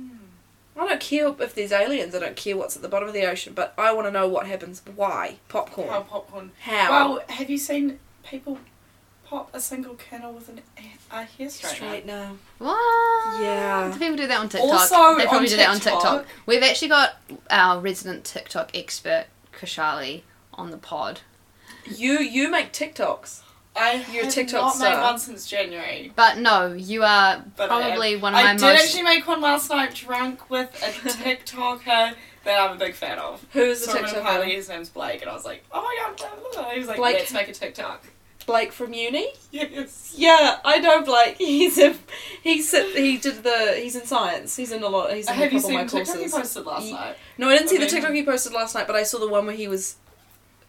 Speaker 6: I don't care if there's aliens. I don't care what's at the bottom of the ocean, but I want to know what happens. Why popcorn?
Speaker 5: How popcorn.
Speaker 6: How?
Speaker 5: Well, have you seen people pop a single kernel with an a, a hair straightener?
Speaker 6: Straight now.
Speaker 4: What?
Speaker 6: Yeah.
Speaker 4: Do people do that on TikTok?
Speaker 5: Also
Speaker 4: they probably
Speaker 5: on
Speaker 4: do that on
Speaker 5: TikTok.
Speaker 4: TikTok. We've actually got our resident TikTok expert, Kashali, on the pod.
Speaker 6: You you make TikToks.
Speaker 5: I
Speaker 6: You're a
Speaker 5: have
Speaker 6: TikTok
Speaker 5: not
Speaker 6: star.
Speaker 5: made one since January.
Speaker 4: But no, you are
Speaker 5: But I
Speaker 4: probably one of my
Speaker 5: I did
Speaker 4: most.
Speaker 5: actually make one last night drunk with a TikToker that I'm a big fan of.
Speaker 6: Who's a
Speaker 5: So I'm gonna
Speaker 6: TikToker?
Speaker 5: His name's Blake, and I was like, oh my god, blah, blah, blah. he was like,
Speaker 6: Blake-
Speaker 5: let's make a TikTok.
Speaker 6: Blake from uni.
Speaker 5: Yes.
Speaker 6: Yeah, I know Blake. He's a he's a, he did the he's in science. He's in a lot. He's in a
Speaker 5: Have you
Speaker 6: couple of
Speaker 5: seen
Speaker 6: my
Speaker 5: the TikTok he
Speaker 6: courses.
Speaker 5: posted last
Speaker 6: Ye-
Speaker 5: night?
Speaker 6: No, I didn't see the
Speaker 5: Okay.
Speaker 6: TikTok he posted last night, but I saw the one where he was.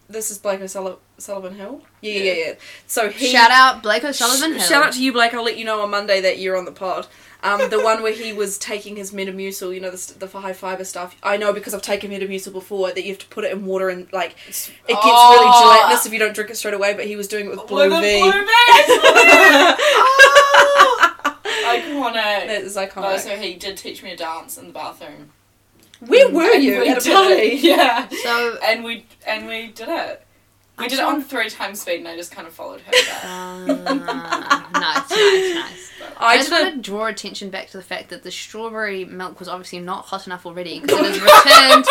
Speaker 6: This is Blake O'Sullivan Sullivan Hill. Yeah, yeah, yeah. yeah. So he
Speaker 4: Shout out Blake O'Sullivan
Speaker 6: Sh-
Speaker 4: Hill.
Speaker 6: Shout out to you, Blake. I'll let you know on Monday that you're on the pod. Um, the one where he was taking his Metamucil, you know, the, st- the high fiber stuff. I know because I've taken Metamucil before that you have to put it in water and, like, it gets
Speaker 5: Oh.
Speaker 6: really gelatinous if you don't drink it straight away, but he was doing it with Blue
Speaker 5: With
Speaker 6: V.
Speaker 5: a blue V. Iconic.
Speaker 6: That is iconic.
Speaker 5: No, Oh, so he did teach me a dance in the bathroom.
Speaker 6: Where were
Speaker 5: And
Speaker 6: you
Speaker 5: we
Speaker 6: at a
Speaker 5: did it,
Speaker 6: party?
Speaker 5: Yeah.
Speaker 4: So,
Speaker 5: And we and we did it. We
Speaker 4: I'm
Speaker 5: did it
Speaker 4: sure-
Speaker 5: on three times speed, and I just kind of followed her. Back.
Speaker 4: uh, nice, nice, nice. I,
Speaker 6: I
Speaker 4: just
Speaker 6: did a
Speaker 4: want to draw attention back to the fact that the strawberry milk was obviously not hot enough already because it has returned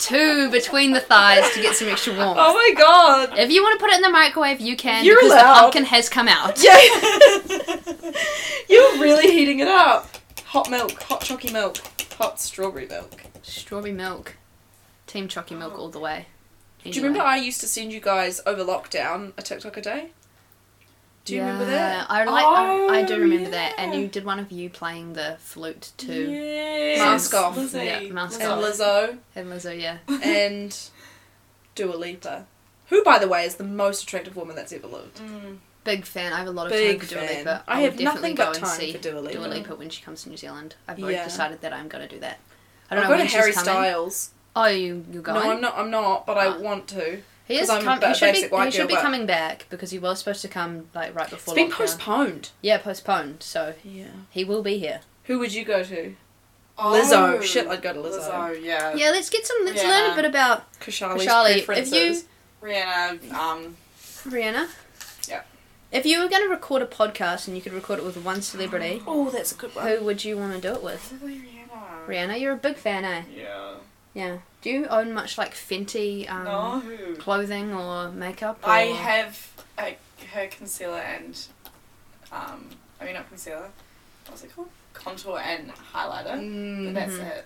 Speaker 4: to between the thighs to get some extra warmth.
Speaker 6: Oh my god.
Speaker 4: If you want to put it in the microwave, you can
Speaker 6: You're
Speaker 4: because
Speaker 6: allowed.
Speaker 4: the pumpkin has come out.
Speaker 6: Yeah. You're really heating it up. Hot milk, hot chalky milk, hot strawberry milk.
Speaker 4: Strawberry milk. Team Chalky Milk all the way.
Speaker 6: Do you remember I used to send you guys over lockdown a TikTok a day? Do you remember that?
Speaker 4: I like. I, I do
Speaker 6: Oh,
Speaker 4: remember that. And
Speaker 6: yeah.
Speaker 4: you did one of you playing the flute too.
Speaker 5: Yes.
Speaker 6: Mask off.
Speaker 5: Lizzie.
Speaker 4: Yeah, mask
Speaker 5: Lizzie.
Speaker 6: And
Speaker 4: off.
Speaker 6: Lizzo
Speaker 4: And Lizzo, yeah.
Speaker 6: and Dua Lipa, who by the way is the most attractive woman that's ever lived.
Speaker 5: Mm.
Speaker 4: Big fan. I have a lot of
Speaker 6: Big
Speaker 4: time for Dua
Speaker 6: fan.
Speaker 4: Lipa.
Speaker 6: I
Speaker 4: will
Speaker 6: have
Speaker 4: definitely
Speaker 6: nothing
Speaker 4: go
Speaker 6: but
Speaker 4: and
Speaker 6: time
Speaker 4: see
Speaker 6: for Dua Lipa.
Speaker 4: Dua Lipa when she comes to New Zealand. I've already
Speaker 6: Yeah.
Speaker 4: decided that I'm going to do that. I
Speaker 6: I
Speaker 4: don't
Speaker 6: am
Speaker 4: know
Speaker 6: going
Speaker 4: when
Speaker 6: to Harry
Speaker 4: she's coming.
Speaker 6: Styles.
Speaker 4: Oh, you you're going?
Speaker 6: No, I'm not. I'm not, but I
Speaker 4: Ah.
Speaker 6: want to.
Speaker 4: he is
Speaker 6: 'cause I'm a
Speaker 4: com-
Speaker 6: ba-
Speaker 4: he should
Speaker 6: basic
Speaker 4: be, he
Speaker 6: white girl,
Speaker 4: should be
Speaker 6: but-
Speaker 4: coming back because he was supposed to come like right
Speaker 6: It's
Speaker 4: before.
Speaker 6: been
Speaker 4: lockdown.
Speaker 6: postponed.
Speaker 4: Yeah, postponed. So
Speaker 6: Yeah.
Speaker 4: he will be here.
Speaker 6: Who would you go to?
Speaker 5: Oh.
Speaker 6: Lizzo. Shit, I'd go to Lizzo.
Speaker 5: Lizzo,
Speaker 6: Oh.
Speaker 5: yeah.
Speaker 4: Yeah, let's get some. Let's
Speaker 5: Yeah.
Speaker 4: learn a bit about
Speaker 6: Kashali's
Speaker 4: Kashali, if
Speaker 6: preferences.
Speaker 5: Rihanna. Um.
Speaker 4: Rihanna.
Speaker 5: Yeah.
Speaker 4: If you were going to record a podcast and you could record it with one celebrity,
Speaker 6: Oh, that's a good one.
Speaker 4: who would you want to do it with?
Speaker 5: Probably Rihanna.
Speaker 4: Rihanna, you're a big fan, eh?
Speaker 5: Yeah.
Speaker 4: Yeah. Do you own much like Fenty um,
Speaker 5: No.
Speaker 4: clothing or makeup? Or...
Speaker 5: I have like her concealer and, um, I mean not concealer. What's it called? Contour and highlighter. And
Speaker 6: Mm.
Speaker 5: that's
Speaker 4: Mhm.
Speaker 5: it.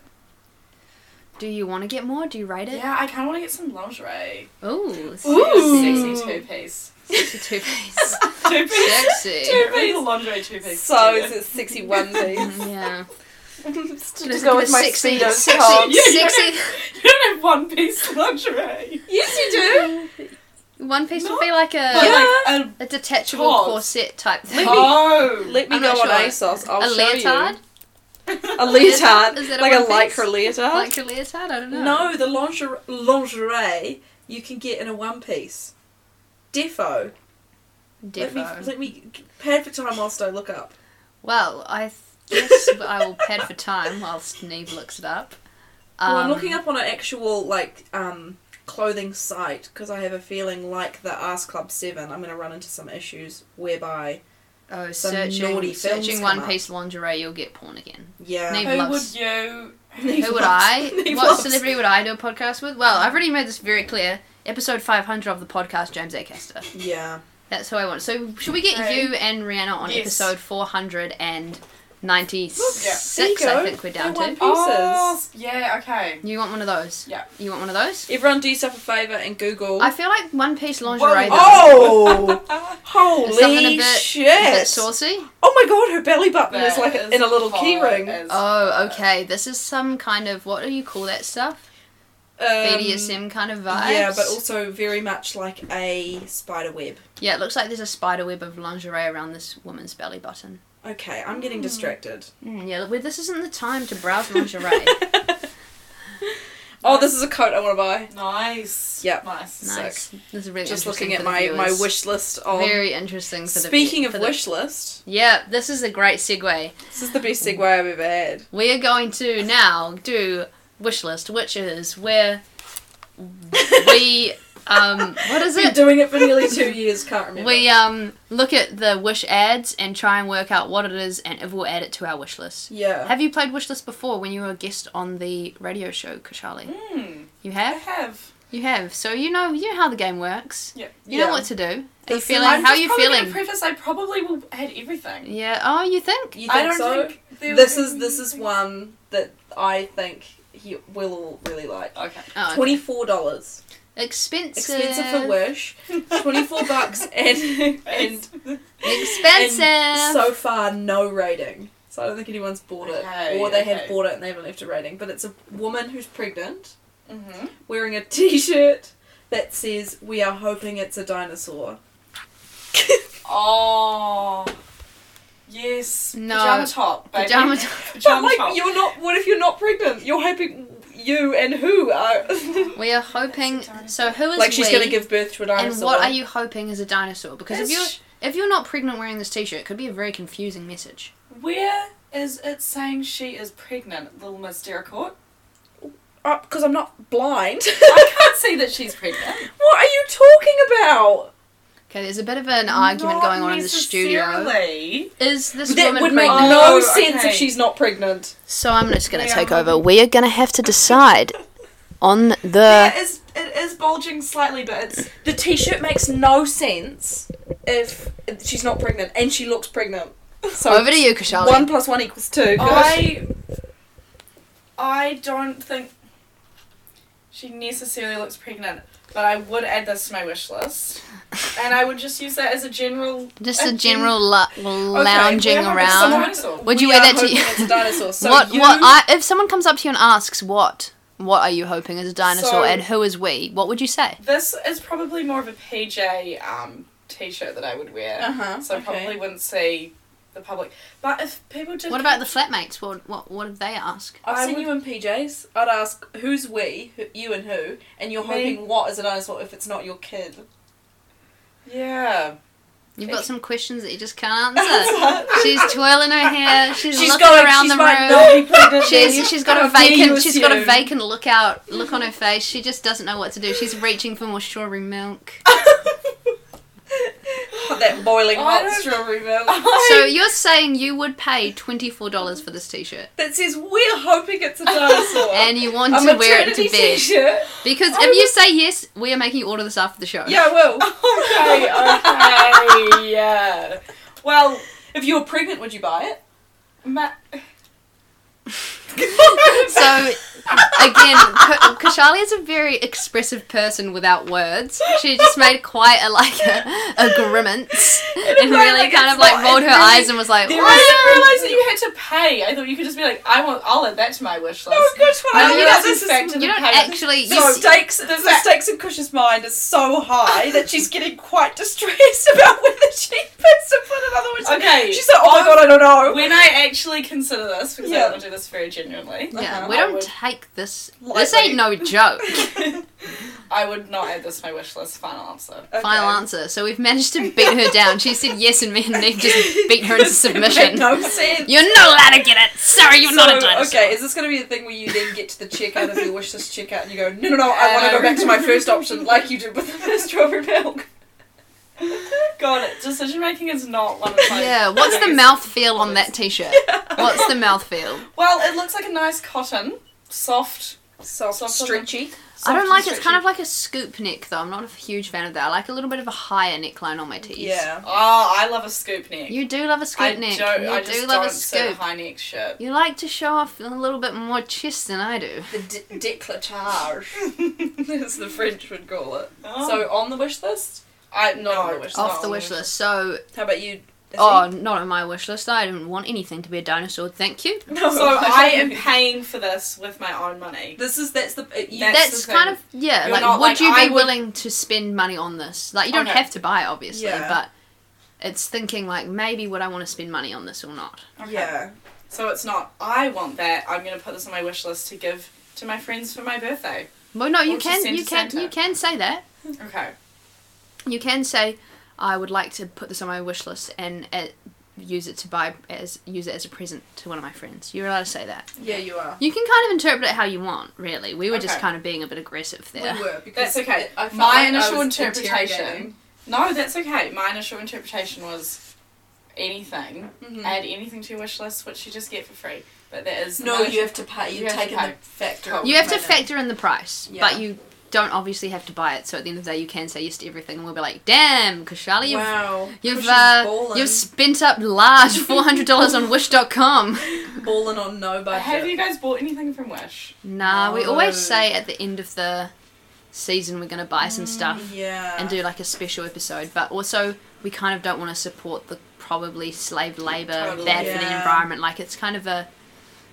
Speaker 4: Do you want to get more? Do you rate it?
Speaker 5: Yeah, I kind of want to get some lingerie.
Speaker 4: Ooh,
Speaker 6: Ooh.
Speaker 5: Sexy two piece.
Speaker 4: sexy two piece.
Speaker 5: Two piece.
Speaker 4: sexy.
Speaker 5: Two piece. Lingerie two piece.
Speaker 6: So it's a sexy one piece.
Speaker 4: Mm, yeah.
Speaker 8: just
Speaker 4: Just
Speaker 8: go
Speaker 4: do
Speaker 8: with
Speaker 4: a
Speaker 8: my
Speaker 4: sexy,
Speaker 8: Speedos
Speaker 4: sexy,
Speaker 8: top.
Speaker 5: Yeah, yeah.
Speaker 4: sexy.
Speaker 5: You don't have one piece lingerie.
Speaker 8: Yes, you do.
Speaker 4: One piece
Speaker 5: No.
Speaker 4: would be like a
Speaker 5: But
Speaker 8: Yeah.
Speaker 5: like a
Speaker 4: a detachable
Speaker 5: Togs.
Speaker 4: corset type thing.
Speaker 5: oh,
Speaker 8: Let me
Speaker 4: I'm
Speaker 8: know
Speaker 4: not
Speaker 8: on
Speaker 4: sure.
Speaker 8: ASOS. I'll
Speaker 4: a
Speaker 8: show
Speaker 4: leotard,
Speaker 8: you. A leotard.
Speaker 4: Is that a
Speaker 8: like a
Speaker 4: one piece?
Speaker 8: lycra leotard.
Speaker 4: like a leotard. I don't know.
Speaker 6: No, the lingerie, lingerie you can get in a one piece. Defo. Let me,
Speaker 4: Defo.
Speaker 6: let me pad for time whilst I look up.
Speaker 4: Well, I th- guess I will pad for time whilst Neve looks it up. Um,
Speaker 6: well, I'm looking up on an actual like um, clothing site because I have a feeling like the Ass Club Seven, I'm going to run into some issues whereby
Speaker 4: Oh,
Speaker 6: some
Speaker 4: searching,
Speaker 6: naughty films
Speaker 4: searching
Speaker 6: come
Speaker 4: one
Speaker 6: up.
Speaker 4: piece lingerie, you'll get porn again.
Speaker 6: yeah.
Speaker 4: Neve
Speaker 5: who
Speaker 4: loves-
Speaker 5: would you?
Speaker 4: Who would I? What celebrity would I do a podcast with? Well, I've already made this very clear. Episode 500 of the podcast, James Acaster.
Speaker 6: Yeah.
Speaker 4: That's who I want. So, should we get
Speaker 5: Okay.
Speaker 4: you and Rihanna on
Speaker 5: Yes.
Speaker 4: episode 496?
Speaker 6: There you go.
Speaker 4: I think we're down
Speaker 6: They're
Speaker 4: to.
Speaker 6: one piece.
Speaker 5: Oh, yeah. Okay.
Speaker 4: You want one of those?
Speaker 5: Yeah.
Speaker 4: You want one of those?
Speaker 6: Everyone do yourself a favour and Google.
Speaker 4: I feel like one piece lingerie.
Speaker 5: Whoa.
Speaker 4: though,
Speaker 6: oh!
Speaker 4: Something a
Speaker 6: Holy
Speaker 4: bit- is a bit
Speaker 6: shit!
Speaker 4: saucy.
Speaker 6: Oh my god, her belly button
Speaker 5: That
Speaker 6: is like
Speaker 5: is
Speaker 6: in a little
Speaker 5: hot
Speaker 6: key ring.
Speaker 5: as-
Speaker 4: Oh, okay. This is some kind of what do you call that stuff? BDSM kind of vibes.
Speaker 6: Um, Yeah, but also very much like a spider web.
Speaker 4: yeah. It looks like there's a spider web of lingerie around this woman's belly button.
Speaker 6: Okay, I'm
Speaker 4: Hmm.
Speaker 6: getting distracted.
Speaker 4: Mm, yeah, well, this isn't the time to browse lingerie.
Speaker 6: oh, this is a coat I want to buy.
Speaker 5: Nice.
Speaker 6: Yep.
Speaker 5: Nice.
Speaker 4: nice. This is really
Speaker 6: Just
Speaker 4: interesting
Speaker 6: looking
Speaker 4: for
Speaker 6: at
Speaker 4: the
Speaker 6: my, my
Speaker 4: viewers.
Speaker 6: wish list on.
Speaker 4: Very interesting. For the view-
Speaker 6: Speaking of
Speaker 4: for the-
Speaker 6: wish list,
Speaker 4: yeah, this is a great segue.
Speaker 6: this is the best segue I've ever had.
Speaker 4: We are going to now do wish list, which is where we um what is
Speaker 6: Been
Speaker 4: it?
Speaker 6: doing it for nearly two years, can't remember.
Speaker 4: We um look at the wish ads and try and work out what it is, and if we'll add it to our wish list.
Speaker 6: yeah.
Speaker 4: Have you played wish list before when you were a guest on the radio show, Kashali?
Speaker 5: Mm,
Speaker 4: You
Speaker 5: I
Speaker 4: have,
Speaker 5: have.
Speaker 4: you have. So you know, you know how the game works.
Speaker 5: Yeah.
Speaker 4: You
Speaker 6: Yeah.
Speaker 4: know what to do. Are you
Speaker 6: That's the
Speaker 4: feeling?
Speaker 5: I'm
Speaker 4: How are
Speaker 5: just
Speaker 4: you
Speaker 5: probably gonna
Speaker 4: feeling?
Speaker 5: Preface. I probably will add everything.
Speaker 4: Yeah. Oh, you think?
Speaker 6: You think
Speaker 5: I don't
Speaker 6: so?
Speaker 5: think there
Speaker 6: This
Speaker 5: will
Speaker 6: is
Speaker 5: be
Speaker 6: this is
Speaker 5: anything-
Speaker 6: one that I think you will all really like.
Speaker 5: Okay.
Speaker 4: Oh, okay.
Speaker 6: Twenty four dollars,
Speaker 4: Expensive.
Speaker 6: expensive for wish. Twenty four bucks and and
Speaker 4: Expensive.
Speaker 6: so far no rating. So I don't think anyone's bought it,
Speaker 5: Okay,
Speaker 6: or they have
Speaker 5: okay.
Speaker 6: bought it and they haven't left a rating. But it's a woman who's pregnant
Speaker 5: hmm
Speaker 6: wearing a T-shirt that says "We are hoping it's a dinosaur."
Speaker 5: Oh. Yes.
Speaker 4: No.
Speaker 5: Pajama top. Baby.
Speaker 4: Pajama top.
Speaker 6: But
Speaker 5: Pajama
Speaker 6: like,
Speaker 5: top.
Speaker 6: you're not. What if you're not pregnant? You're hoping you and who are
Speaker 4: we are hoping. So who is
Speaker 6: like she's
Speaker 4: we,
Speaker 6: going to give birth to a dinosaur.
Speaker 4: And what are you hoping is a dinosaur? Because if
Speaker 6: It's-
Speaker 4: you're if you're not pregnant wearing this T-shirt, it could be a very confusing message.
Speaker 5: Where is it saying she is pregnant, Little Miss Dericourt?
Speaker 6: Because Uh, I'm not blind.
Speaker 5: I can't see that she's pregnant.
Speaker 6: what are you talking about?
Speaker 4: Okay, there's a bit of an argument
Speaker 5: Not
Speaker 4: going on in the studio.
Speaker 5: necessarily.
Speaker 4: Is this
Speaker 6: That
Speaker 4: woman
Speaker 6: would make
Speaker 4: pregnant?
Speaker 6: no
Speaker 5: Oh,
Speaker 6: sense
Speaker 5: okay.
Speaker 6: if she's not pregnant.
Speaker 4: So I'm just going
Speaker 5: We
Speaker 4: to take
Speaker 5: are-
Speaker 4: over. We are going to have to decide on the.
Speaker 6: Yeah, it is, it is bulging slightly, but it's the t-shirt makes no sense if she's not pregnant, and she looks pregnant. So
Speaker 4: Over to you, Kashali.
Speaker 6: One plus one equals two.
Speaker 5: I I don't think she necessarily looks pregnant, but I would add this to my wish list, and I would just use that as a general.
Speaker 4: just a
Speaker 5: gen-
Speaker 4: general lo-
Speaker 6: Okay,
Speaker 4: lounging
Speaker 6: we're hoping
Speaker 4: around.
Speaker 6: someone-
Speaker 5: Dinosaur.
Speaker 4: Would you
Speaker 6: we
Speaker 4: wear
Speaker 6: are
Speaker 4: that to
Speaker 6: hoping
Speaker 4: you-
Speaker 6: It's a dinosaur. So
Speaker 4: what
Speaker 6: you,
Speaker 4: what I, if someone comes up to you and asks what what are you hoping is a dinosaur
Speaker 5: So-
Speaker 4: and who is we? What would you say?
Speaker 5: This is probably more of a PJ um, t-shirt that I would wear,
Speaker 6: Uh-huh,
Speaker 5: so I
Speaker 6: okay.
Speaker 5: probably wouldn't see the public. But if people did,
Speaker 4: What about the flatmates? What what what did they ask?
Speaker 6: I've
Speaker 5: I
Speaker 6: seen
Speaker 5: would-
Speaker 6: you in PJs. I'd ask who's we, who, you and who, and you're
Speaker 5: Me.
Speaker 6: hoping what is a dinosaur if it's not your kid.
Speaker 5: yeah,
Speaker 4: You've
Speaker 5: Okay.
Speaker 4: got some questions that you just can't answer. She's twirling her hair. She's,
Speaker 6: She's
Speaker 4: looking
Speaker 6: going.
Speaker 4: around
Speaker 6: she's
Speaker 4: the room.
Speaker 6: going. No,
Speaker 4: She's she's got a
Speaker 6: How dare you
Speaker 4: vacant she's got a
Speaker 6: assume.
Speaker 4: vacant look out look on her face. She just doesn't know what to do. She's reaching for more strawberry milk.
Speaker 6: Put that boiling
Speaker 5: I
Speaker 6: hot
Speaker 5: don't-
Speaker 6: strawberry milk.
Speaker 5: Oh
Speaker 4: So you're saying you would pay twenty four dollars for this t shirt
Speaker 6: that says we're hoping it's a dinosaur.
Speaker 4: and you want
Speaker 6: a
Speaker 4: to wear it
Speaker 6: maternity
Speaker 4: to bed
Speaker 6: T-shirt.
Speaker 4: because
Speaker 6: I
Speaker 4: if you
Speaker 6: would-
Speaker 4: say yes, we are making you order this after the show.
Speaker 6: Yeah, I will.
Speaker 5: okay, okay, yeah. Well,
Speaker 6: If you were pregnant, would you buy it?
Speaker 5: ma-
Speaker 4: So Again, K- Kashali is a very expressive person without words. She just made quite a like a, a grimace and
Speaker 5: right,
Speaker 4: really
Speaker 5: like,
Speaker 4: kind
Speaker 5: it's
Speaker 4: of like
Speaker 5: not-
Speaker 4: rolled her
Speaker 5: it's really-
Speaker 4: eyes and was like,
Speaker 5: I
Speaker 4: "What?"
Speaker 5: didn't realize that you had to pay. I thought you could just be like, I want. I'll add that to my wish list.
Speaker 6: Oh, good one.
Speaker 5: I
Speaker 4: No,
Speaker 5: mean,
Speaker 4: you
Speaker 5: that's
Speaker 6: this is-
Speaker 5: back to
Speaker 4: You
Speaker 5: the
Speaker 4: don't
Speaker 5: pay-
Speaker 4: actually.
Speaker 6: The
Speaker 4: You, s-
Speaker 6: stakes, the, the stakes in Kush's mind is so high that she's getting quite distressed about whether she fits to put another one.
Speaker 5: Okay.
Speaker 6: She's like, oh my god, I don't know.
Speaker 5: When I actually consider this, because
Speaker 6: Yeah.
Speaker 5: I want to do this very genuinely,
Speaker 4: yeah,
Speaker 6: Uh-huh.
Speaker 4: we
Speaker 5: I
Speaker 4: don't
Speaker 5: would-
Speaker 4: take this. This
Speaker 6: Lightly.
Speaker 4: ain't no joke.
Speaker 5: I would not add this to my wish list. Final answer.
Speaker 6: Okay.
Speaker 4: Final answer. So we've managed to beat her down. She said yes, and me and Nick just beat her into
Speaker 6: This made
Speaker 4: submission.
Speaker 6: no sense.
Speaker 4: You're not allowed to get it. Sorry, you're not a
Speaker 6: So,
Speaker 4: dinosaur.
Speaker 6: Okay, is this going to be the thing where you then get to the checkout of your wish list checkout and you go, no, no, no,
Speaker 5: Um,
Speaker 6: I want to go back to my first option, like you did with the strawberry milk?
Speaker 5: God, decision making is not one of my.
Speaker 4: Yeah, what's the
Speaker 5: things.
Speaker 4: mouth feel on that t-shirt? What's the mouth feel?
Speaker 5: Well, it looks like a nice cotton, soft.
Speaker 6: Soft,
Speaker 5: Soft
Speaker 6: stretchy.
Speaker 4: I
Speaker 5: soft
Speaker 4: don't
Speaker 5: and
Speaker 4: like it's kind
Speaker 5: stretchy.
Speaker 4: of like a scoop neck though. I'm not a huge fan of that. I like a little bit of a higher neckline on my tees.
Speaker 6: Yeah.
Speaker 5: Oh, I love a scoop neck.
Speaker 4: You do love a scoop
Speaker 5: I
Speaker 4: neck.
Speaker 5: don't.
Speaker 4: you
Speaker 5: I
Speaker 4: do
Speaker 5: just
Speaker 4: love
Speaker 5: don't
Speaker 4: a
Speaker 5: sit
Speaker 4: scoop.
Speaker 5: high neck shit.
Speaker 4: You like to show off a little bit more chest than I do.
Speaker 6: The de- décolletage, as the French would call it.
Speaker 5: Oh.
Speaker 6: So, on the wish list?
Speaker 5: I not on the wish list.
Speaker 4: Off the wish list. So,
Speaker 6: How about you? Izzy?
Speaker 4: oh, not on my wish list. I didn't want anything to be a dinosaur. Thank you.
Speaker 6: no.
Speaker 5: So I am paying for this with my own money.
Speaker 6: This is that's the it- you,
Speaker 5: That's
Speaker 4: That's
Speaker 5: the
Speaker 4: kind
Speaker 5: thing.
Speaker 4: of yeah.
Speaker 5: You're
Speaker 4: like,
Speaker 5: not
Speaker 4: would
Speaker 5: like,
Speaker 4: you be
Speaker 5: I would-
Speaker 4: willing to spend money on this? Like, you don't
Speaker 5: Okay.
Speaker 4: have to buy it, obviously,
Speaker 6: Yeah.
Speaker 4: but it's thinking like maybe would I want to spend money on this or not?
Speaker 5: Okay.
Speaker 6: yeah.
Speaker 5: So it's not. I want that. I'm gonna put this on my wish list to give to my friends for my birthday.
Speaker 4: Well, no,
Speaker 5: Or
Speaker 4: you
Speaker 5: to
Speaker 4: can
Speaker 5: send
Speaker 4: you
Speaker 5: to
Speaker 4: can
Speaker 5: Santa.
Speaker 4: you can say that.
Speaker 5: Okay.
Speaker 4: You can say, I would like to put this on my wish list and uh, use it to buy as use it as a present to one of my friends. You're allowed to say that.
Speaker 6: Yeah, you are.
Speaker 4: You can kind of interpret it how you want, really. We were just
Speaker 5: Okay.
Speaker 4: kind of being a bit aggressive there.
Speaker 6: We were because
Speaker 5: That's okay.
Speaker 6: it- I felt
Speaker 5: My
Speaker 6: like I
Speaker 5: initial
Speaker 6: was
Speaker 5: interpretation.
Speaker 6: interrogating.
Speaker 5: No, that's okay. My initial interpretation was anything.
Speaker 6: Mhm.
Speaker 5: Add anything to your wish list, which you just get for free. But that is the
Speaker 6: No,
Speaker 5: most-
Speaker 6: you have to pay.
Speaker 5: You
Speaker 6: You've
Speaker 5: have to
Speaker 6: taken
Speaker 5: pay.
Speaker 6: the factor.
Speaker 4: You have to
Speaker 6: Right now.
Speaker 4: factor in the price,
Speaker 6: Yeah.
Speaker 4: but you don't obviously have to buy it. So at the end of the day, you can say yes to everything, and we'll be like, "Damn, Kashali, you've
Speaker 6: Wow.
Speaker 4: you've
Speaker 6: She's
Speaker 4: uh,
Speaker 6: balling.
Speaker 5: um,
Speaker 4: you've spent up large four hundred dollars on Wish.com."
Speaker 6: balling on no budget.
Speaker 5: Have you guys bought anything from Wish?
Speaker 4: Nah, we always
Speaker 6: No.
Speaker 4: say at the end of the season we're gonna buy
Speaker 5: Mm,
Speaker 4: some stuff
Speaker 6: Yeah.
Speaker 4: and do like a special episode, but also we kind of don't want to support the probably slave labor,
Speaker 5: Totally.
Speaker 4: bad for the
Speaker 6: Yeah.
Speaker 4: environment. Like it's kind of a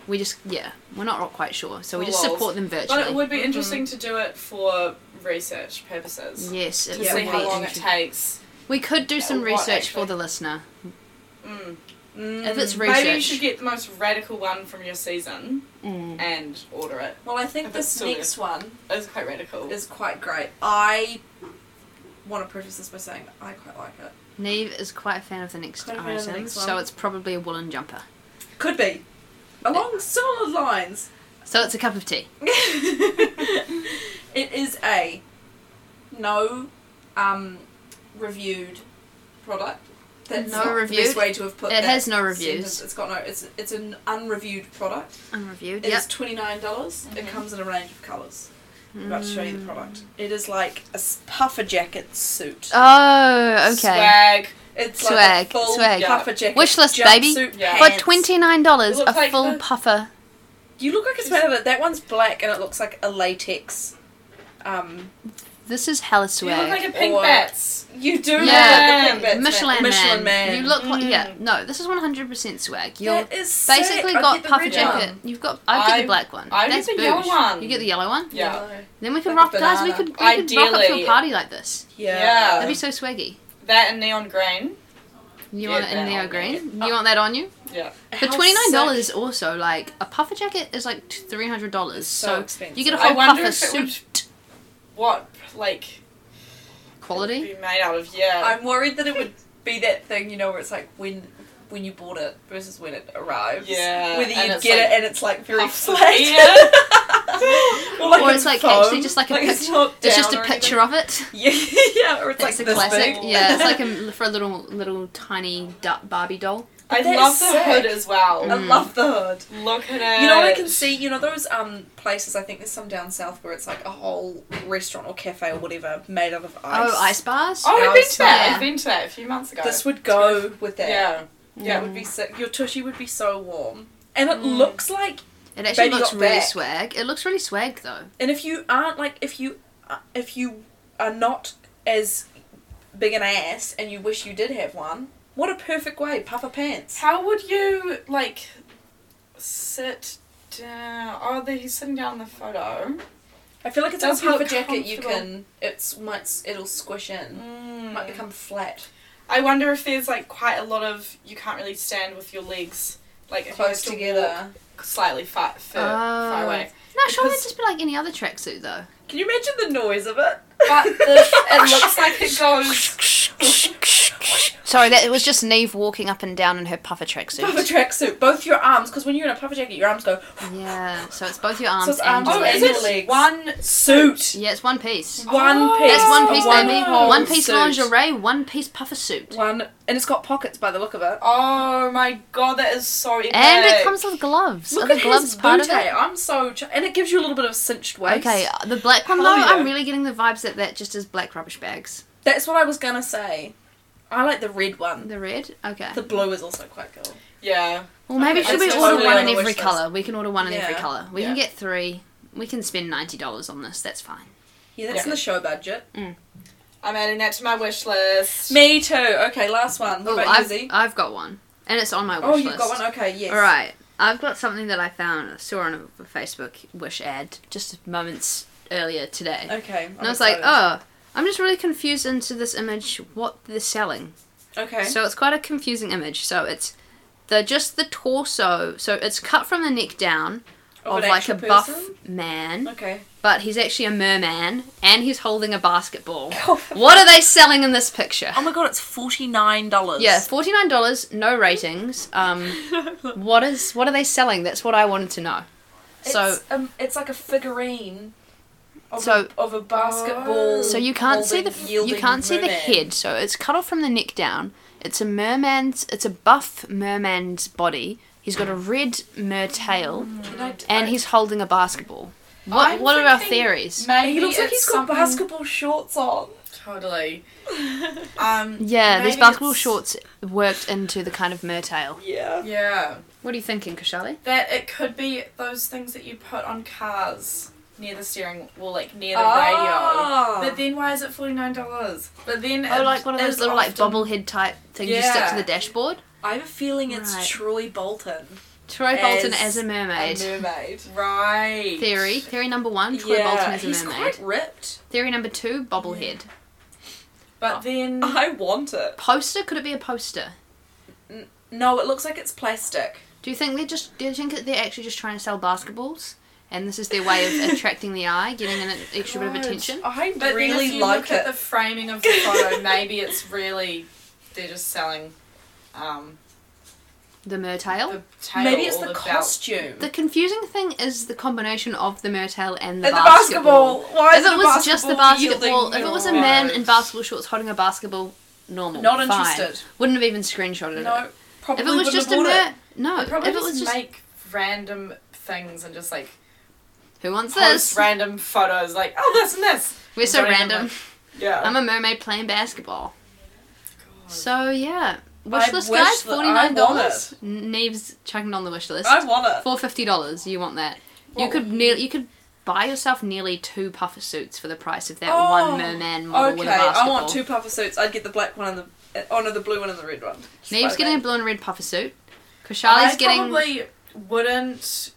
Speaker 4: we just yeah we're not quite sure, so we just
Speaker 5: Oh, Well,
Speaker 4: support them virtually.
Speaker 5: But it would be interesting to do it for research purposes.
Speaker 4: Yes, it
Speaker 5: To
Speaker 4: would
Speaker 5: see
Speaker 4: be
Speaker 5: how long it
Speaker 4: interesting.
Speaker 5: takes.
Speaker 4: We could do some
Speaker 5: what,
Speaker 4: research for
Speaker 5: actually?
Speaker 4: the listener.
Speaker 5: Mm.
Speaker 6: Mm.
Speaker 4: If it's research.
Speaker 5: Maybe you should get the most radical one from your season
Speaker 4: Mm.
Speaker 5: and order it.
Speaker 6: Well, I think
Speaker 5: If it's
Speaker 6: this
Speaker 5: still
Speaker 6: next one
Speaker 5: It's quite radical.
Speaker 6: is quite great. I want to preface this by saying I quite like it.
Speaker 4: Neve is quite a fan of the next
Speaker 6: Quite a fan of the
Speaker 4: item,
Speaker 6: next
Speaker 4: so
Speaker 6: one.
Speaker 4: it's probably a woolen jumper.
Speaker 6: Could be along similar lines.
Speaker 4: So it's a cup of tea.
Speaker 6: it is a no um, reviewed product. That's
Speaker 4: No
Speaker 6: not The
Speaker 4: reviewed?
Speaker 6: best way to have put
Speaker 4: It
Speaker 6: that
Speaker 4: has no reviews.
Speaker 6: sentence. It's got no. It's it's an unreviewed product.
Speaker 4: Unreviewed.
Speaker 6: It
Speaker 4: Yep. Mm-hmm.
Speaker 6: is twenty nine dollars. It
Speaker 5: Mhm.
Speaker 6: comes in a range of colours. I'm about to show you the product. It is like a s- puffer jacket suit.
Speaker 4: Mm. Oh, okay.
Speaker 5: Swag.
Speaker 6: It's
Speaker 4: Swag,
Speaker 6: like a full
Speaker 4: swag.
Speaker 6: puffer jacket.
Speaker 4: Wish list, baby.
Speaker 6: jumpsuit,
Speaker 5: Yeah.
Speaker 4: For
Speaker 6: pants.
Speaker 4: twenty nine dollars,
Speaker 6: It
Speaker 4: a
Speaker 6: looks like
Speaker 4: full
Speaker 6: the-
Speaker 4: puffer.
Speaker 6: You look like it's made out of that one's black and it looks like a latex. Um,
Speaker 4: This is hella
Speaker 5: You look
Speaker 4: swag.
Speaker 5: like a pink
Speaker 6: Or-
Speaker 5: bats.
Speaker 6: you do
Speaker 4: Yeah.
Speaker 6: look like a Big Bats
Speaker 4: Michelin, man.
Speaker 6: Michelin man.
Speaker 4: You look like yeah.
Speaker 5: Mm.
Speaker 4: No, this is one hundred percent swag. You
Speaker 6: That
Speaker 4: have
Speaker 6: is sick.
Speaker 4: basically
Speaker 6: I'd
Speaker 4: got
Speaker 6: get the
Speaker 4: puffer
Speaker 6: red
Speaker 4: jacket.
Speaker 6: one.
Speaker 4: You've got. I get
Speaker 5: I-
Speaker 4: the black one.
Speaker 5: I get
Speaker 4: That's
Speaker 5: the yellow
Speaker 4: boosh.
Speaker 5: one.
Speaker 4: You get the yellow one.
Speaker 5: Yeah.
Speaker 4: Then we can
Speaker 6: Like a
Speaker 4: rock, guys. We
Speaker 6: banana. Uh,
Speaker 4: could we could rock up to a
Speaker 5: Ideally-
Speaker 4: party like this.
Speaker 6: Yeah.
Speaker 4: That'd be so swaggy.
Speaker 5: That and neon green. Yeah,
Speaker 4: You want it in
Speaker 5: that
Speaker 4: neo
Speaker 5: on
Speaker 4: green? You want that on you?
Speaker 5: Yeah.
Speaker 4: For
Speaker 6: How
Speaker 4: twenty nine
Speaker 6: sick.
Speaker 4: dollars, also like a puffer jacket is like three hundred dollars.
Speaker 6: It's
Speaker 4: So,
Speaker 6: so expensive.
Speaker 4: you get a
Speaker 5: I
Speaker 4: whole
Speaker 5: wonder
Speaker 4: puffer
Speaker 5: if it would
Speaker 4: suit
Speaker 5: what like
Speaker 4: quality.
Speaker 5: be made out of. Yeah.
Speaker 6: I'm worried that it would be that thing, you know, where it's like when when you bought it versus when it arrives.
Speaker 5: Yeah,
Speaker 6: Whether you
Speaker 5: and it's
Speaker 6: get
Speaker 5: like
Speaker 6: it and it's like very
Speaker 5: puffed up.
Speaker 6: flat.
Speaker 5: Yeah.
Speaker 6: or, like
Speaker 4: Or it's like actually just like a
Speaker 6: it's,
Speaker 4: picture-
Speaker 6: not
Speaker 4: It's
Speaker 6: down
Speaker 4: just a
Speaker 6: or
Speaker 4: picture of it.
Speaker 6: anything. Yeah, yeah, or it's
Speaker 4: That's
Speaker 6: like
Speaker 4: a
Speaker 6: this
Speaker 4: classic.
Speaker 6: big.
Speaker 4: Yeah, it's like a, for a little little tiny du- Barbie doll.
Speaker 5: I
Speaker 6: That
Speaker 5: love
Speaker 6: is
Speaker 5: the
Speaker 6: sick.
Speaker 5: hood as well.
Speaker 6: I love the hood.
Speaker 5: Look at it.
Speaker 6: You know what I can see? You know those um places? I think there's some down south where it's like a whole restaurant or cafe or whatever made out of ice.
Speaker 4: Oh, ice bars.
Speaker 5: Oh, I've been to that.
Speaker 4: Yeah.
Speaker 5: I've been to that a few months ago.
Speaker 6: This would go with that.
Speaker 5: yeah. Mm.
Speaker 6: Yeah, it would be sick. Your tushy would be so warm, and it looks like
Speaker 4: It actually
Speaker 6: Baby
Speaker 4: looks
Speaker 6: got
Speaker 4: really
Speaker 6: back.
Speaker 4: swag. It looks really swag though.
Speaker 6: And if you aren't like, if you, uh, if you are not as big an ass and you wish you did have one, what a perfect way, puffer pants.
Speaker 5: How would you like sit down? Oh, there he's sitting down in the photo.
Speaker 6: I feel like it's
Speaker 5: That's
Speaker 6: a puffer
Speaker 5: how
Speaker 6: jacket. You
Speaker 5: comfortable.
Speaker 6: can, it's might, s- it'll squish in, might become
Speaker 5: Mm.
Speaker 6: flat.
Speaker 5: I wonder if there's like quite a lot of you can't really stand with your legs like if you
Speaker 6: close
Speaker 5: have to
Speaker 6: together.
Speaker 5: walk slightly far, far, far
Speaker 4: Oh.
Speaker 5: away.
Speaker 4: No, sure, it'd
Speaker 5: Because-
Speaker 4: just be like any other tracksuit though.
Speaker 6: Can you imagine the noise of it?
Speaker 5: But the, it looks like it goes.
Speaker 4: Sorry, that it was just Neve walking up and down in her puffer
Speaker 6: Puffer
Speaker 4: tracksuit.
Speaker 6: tracksuit, both your arms, because when you're in a puffer jacket, your arms go
Speaker 4: Yeah, so it's both your arms
Speaker 6: it's
Speaker 4: and
Speaker 6: arms
Speaker 4: your
Speaker 5: Oh,
Speaker 6: and
Speaker 5: is
Speaker 4: legs.
Speaker 6: your
Speaker 5: it
Speaker 6: legs.
Speaker 5: one?
Speaker 6: suit.
Speaker 4: Yeah, it's one piece.
Speaker 6: One
Speaker 5: Oh.
Speaker 6: piece.
Speaker 4: That's one
Speaker 6: a
Speaker 4: piece,
Speaker 6: one
Speaker 4: baby.
Speaker 6: whole
Speaker 4: One piece
Speaker 6: suit.
Speaker 4: lingerie, one piece puffer suit,
Speaker 6: One, and it's got pockets by the look of it.
Speaker 5: Oh my god, that is so epic.
Speaker 4: and it comes with gloves.
Speaker 6: Look
Speaker 4: Are
Speaker 6: at
Speaker 4: the gloves
Speaker 6: his
Speaker 4: part of
Speaker 6: bow tie.
Speaker 4: it?
Speaker 6: I'm so, ch- and it gives you a little bit of cinched waist.
Speaker 4: Okay, uh the black one though.
Speaker 6: Hell yeah.
Speaker 4: I'm really getting the vibes that that just is black rubbish bags.
Speaker 6: that's what I was gonna say. I like the red one.
Speaker 4: The red. Okay.
Speaker 6: The blue is also quite cool.
Speaker 5: Yeah.
Speaker 4: Well, maybe
Speaker 5: Okay,
Speaker 4: should we
Speaker 5: that's
Speaker 4: order
Speaker 5: totally
Speaker 4: one
Speaker 5: on
Speaker 4: in
Speaker 5: the
Speaker 4: every
Speaker 5: wish list.
Speaker 4: color? We can order one in every
Speaker 6: Yeah.
Speaker 4: color. We can
Speaker 5: Yeah.
Speaker 4: get three. We can spend ninety dollars on this. That's fine.
Speaker 6: Yeah, that's in the show budget.
Speaker 5: I'm adding that to my wish list.
Speaker 6: Me too. Okay, last one. What
Speaker 4: Oh,
Speaker 6: about
Speaker 4: I've,
Speaker 6: Izzy?
Speaker 4: I've got one, and it's on my wish
Speaker 6: Oh,
Speaker 4: list.
Speaker 6: you've got one. Okay, yes.
Speaker 4: All right, I've got something that I found saw on a Facebook wish ad just moments earlier today,
Speaker 6: Okay. I'm
Speaker 4: and I was like,
Speaker 6: excited.
Speaker 4: oh. I'm just really confused into this image what they're selling.
Speaker 6: Okay.
Speaker 4: oh. So it's quite a confusing image. So it's the just the torso. So it's cut from the neck down
Speaker 6: Of
Speaker 4: of,
Speaker 6: an
Speaker 4: like a
Speaker 6: actual
Speaker 4: buff
Speaker 6: person?
Speaker 4: man,
Speaker 6: Okay.
Speaker 4: but he's actually a merman and he's holding a basketball.
Speaker 6: Oh,
Speaker 4: What are they selling in this picture?
Speaker 6: my god, it's forty nine dollars.
Speaker 4: Yeah, forty nine dollars, no ratings. Um, what is what are they selling? That's what I wanted to know. So
Speaker 6: it's, um, it's like a figurine. Of
Speaker 4: So-
Speaker 6: a, of a basketball.
Speaker 4: Oh. so you can't see the
Speaker 6: holding,
Speaker 4: f- you
Speaker 6: yielding
Speaker 4: can't see the
Speaker 6: merman.
Speaker 4: head. So it's cut off from the neck down. It's a merman's. It's a buff merman's body. He's got a red mer tail,
Speaker 6: Can I-
Speaker 4: and
Speaker 6: I-
Speaker 4: he's holding a basketball. What
Speaker 5: I'm
Speaker 4: What are our
Speaker 5: thinking
Speaker 4: theories?
Speaker 5: Maybe
Speaker 6: he looks like
Speaker 5: it's
Speaker 6: he's got
Speaker 5: something-
Speaker 6: basketball shorts on.
Speaker 5: Totally. Um.
Speaker 4: Yeah, these
Speaker 5: maybe
Speaker 4: basketball
Speaker 5: it's-
Speaker 4: shorts worked into the kind of mer tail.
Speaker 6: Yeah.
Speaker 5: Yeah.
Speaker 4: What are you thinking, Kashali?
Speaker 5: That it could be those things that you put on cars near the steering wheel, like near the
Speaker 6: Ah.
Speaker 5: radio. But then why is it forty nine dollars? But then
Speaker 4: Oh,
Speaker 5: it
Speaker 4: like one of those
Speaker 5: is
Speaker 4: little like
Speaker 5: often-
Speaker 4: bobblehead type things you stick to
Speaker 5: Yeah.
Speaker 4: the dashboard.
Speaker 6: I have a feeling it's
Speaker 4: Right.
Speaker 6: Troy Bolton,
Speaker 4: Troy Bolton
Speaker 6: As
Speaker 4: as a mermaid.
Speaker 6: a mermaid.
Speaker 5: Right.
Speaker 4: Theory. Theory number one, Troy Bolton is a
Speaker 6: he's
Speaker 4: mermaid.
Speaker 6: quite ripped.
Speaker 4: Theory number two, bobblehead.
Speaker 5: But then
Speaker 6: I want it.
Speaker 4: Poster? Could it be a poster?
Speaker 6: No, it looks like it's plastic.
Speaker 4: Do you think they're just do you think that they're actually just trying to sell basketballs? And this is their way of attracting the eye, getting an extra bit of attention?
Speaker 6: I
Speaker 5: but then
Speaker 6: really
Speaker 5: if you
Speaker 6: like
Speaker 5: look at
Speaker 6: it.
Speaker 5: the framing of the photo, maybe it's really they're just selling um
Speaker 4: The mertail?
Speaker 5: the tail
Speaker 6: Maybe it's
Speaker 5: or
Speaker 6: the,
Speaker 5: the belt.
Speaker 6: costume.
Speaker 4: The confusing thing is the combination of the mertail and the
Speaker 6: and the
Speaker 4: basketball.
Speaker 6: basketball. Why
Speaker 4: If
Speaker 6: is
Speaker 4: it was just the basketball,
Speaker 6: yielding
Speaker 4: if it was a
Speaker 6: your-
Speaker 4: man
Speaker 5: Right.
Speaker 4: in basketball shorts holding a basketball, normal.
Speaker 6: Not
Speaker 4: fine.
Speaker 6: interested.
Speaker 4: Wouldn't have even screenshotted
Speaker 6: No,
Speaker 4: it.
Speaker 6: probably
Speaker 4: If it was
Speaker 6: wouldn't
Speaker 4: just a
Speaker 6: have bought
Speaker 4: mer,
Speaker 6: it.
Speaker 4: no.
Speaker 5: They
Speaker 4: If
Speaker 5: probably
Speaker 4: it was just
Speaker 5: make random things and just like
Speaker 4: who wants
Speaker 5: post
Speaker 4: this?
Speaker 5: random photos like oh this and this.
Speaker 4: We're so
Speaker 5: Don't even
Speaker 4: random.
Speaker 5: Yeah. Oh
Speaker 4: I'm a mermaid playing basketball. So yeah,
Speaker 6: I
Speaker 4: wish list
Speaker 6: wish
Speaker 4: guys,
Speaker 6: that I
Speaker 4: forty nine
Speaker 6: want
Speaker 4: dollars. Neve's chugging on the wish list
Speaker 6: I want it.
Speaker 4: for fifty dollars. You want that?
Speaker 6: What-
Speaker 4: You could nearly you could buy yourself nearly two puffer suits for the price of that
Speaker 6: Oh,
Speaker 4: one merman model with a
Speaker 6: Okay, I
Speaker 4: basketball.
Speaker 6: want two puffer suits. I'd get the black one and the uh, oh no, the blue one and the red one.
Speaker 4: Neve's
Speaker 6: Spider-Man.
Speaker 4: getting a blue and red puffer suit.
Speaker 5: I
Speaker 4: Kashali's getting.
Speaker 5: probably wouldn't.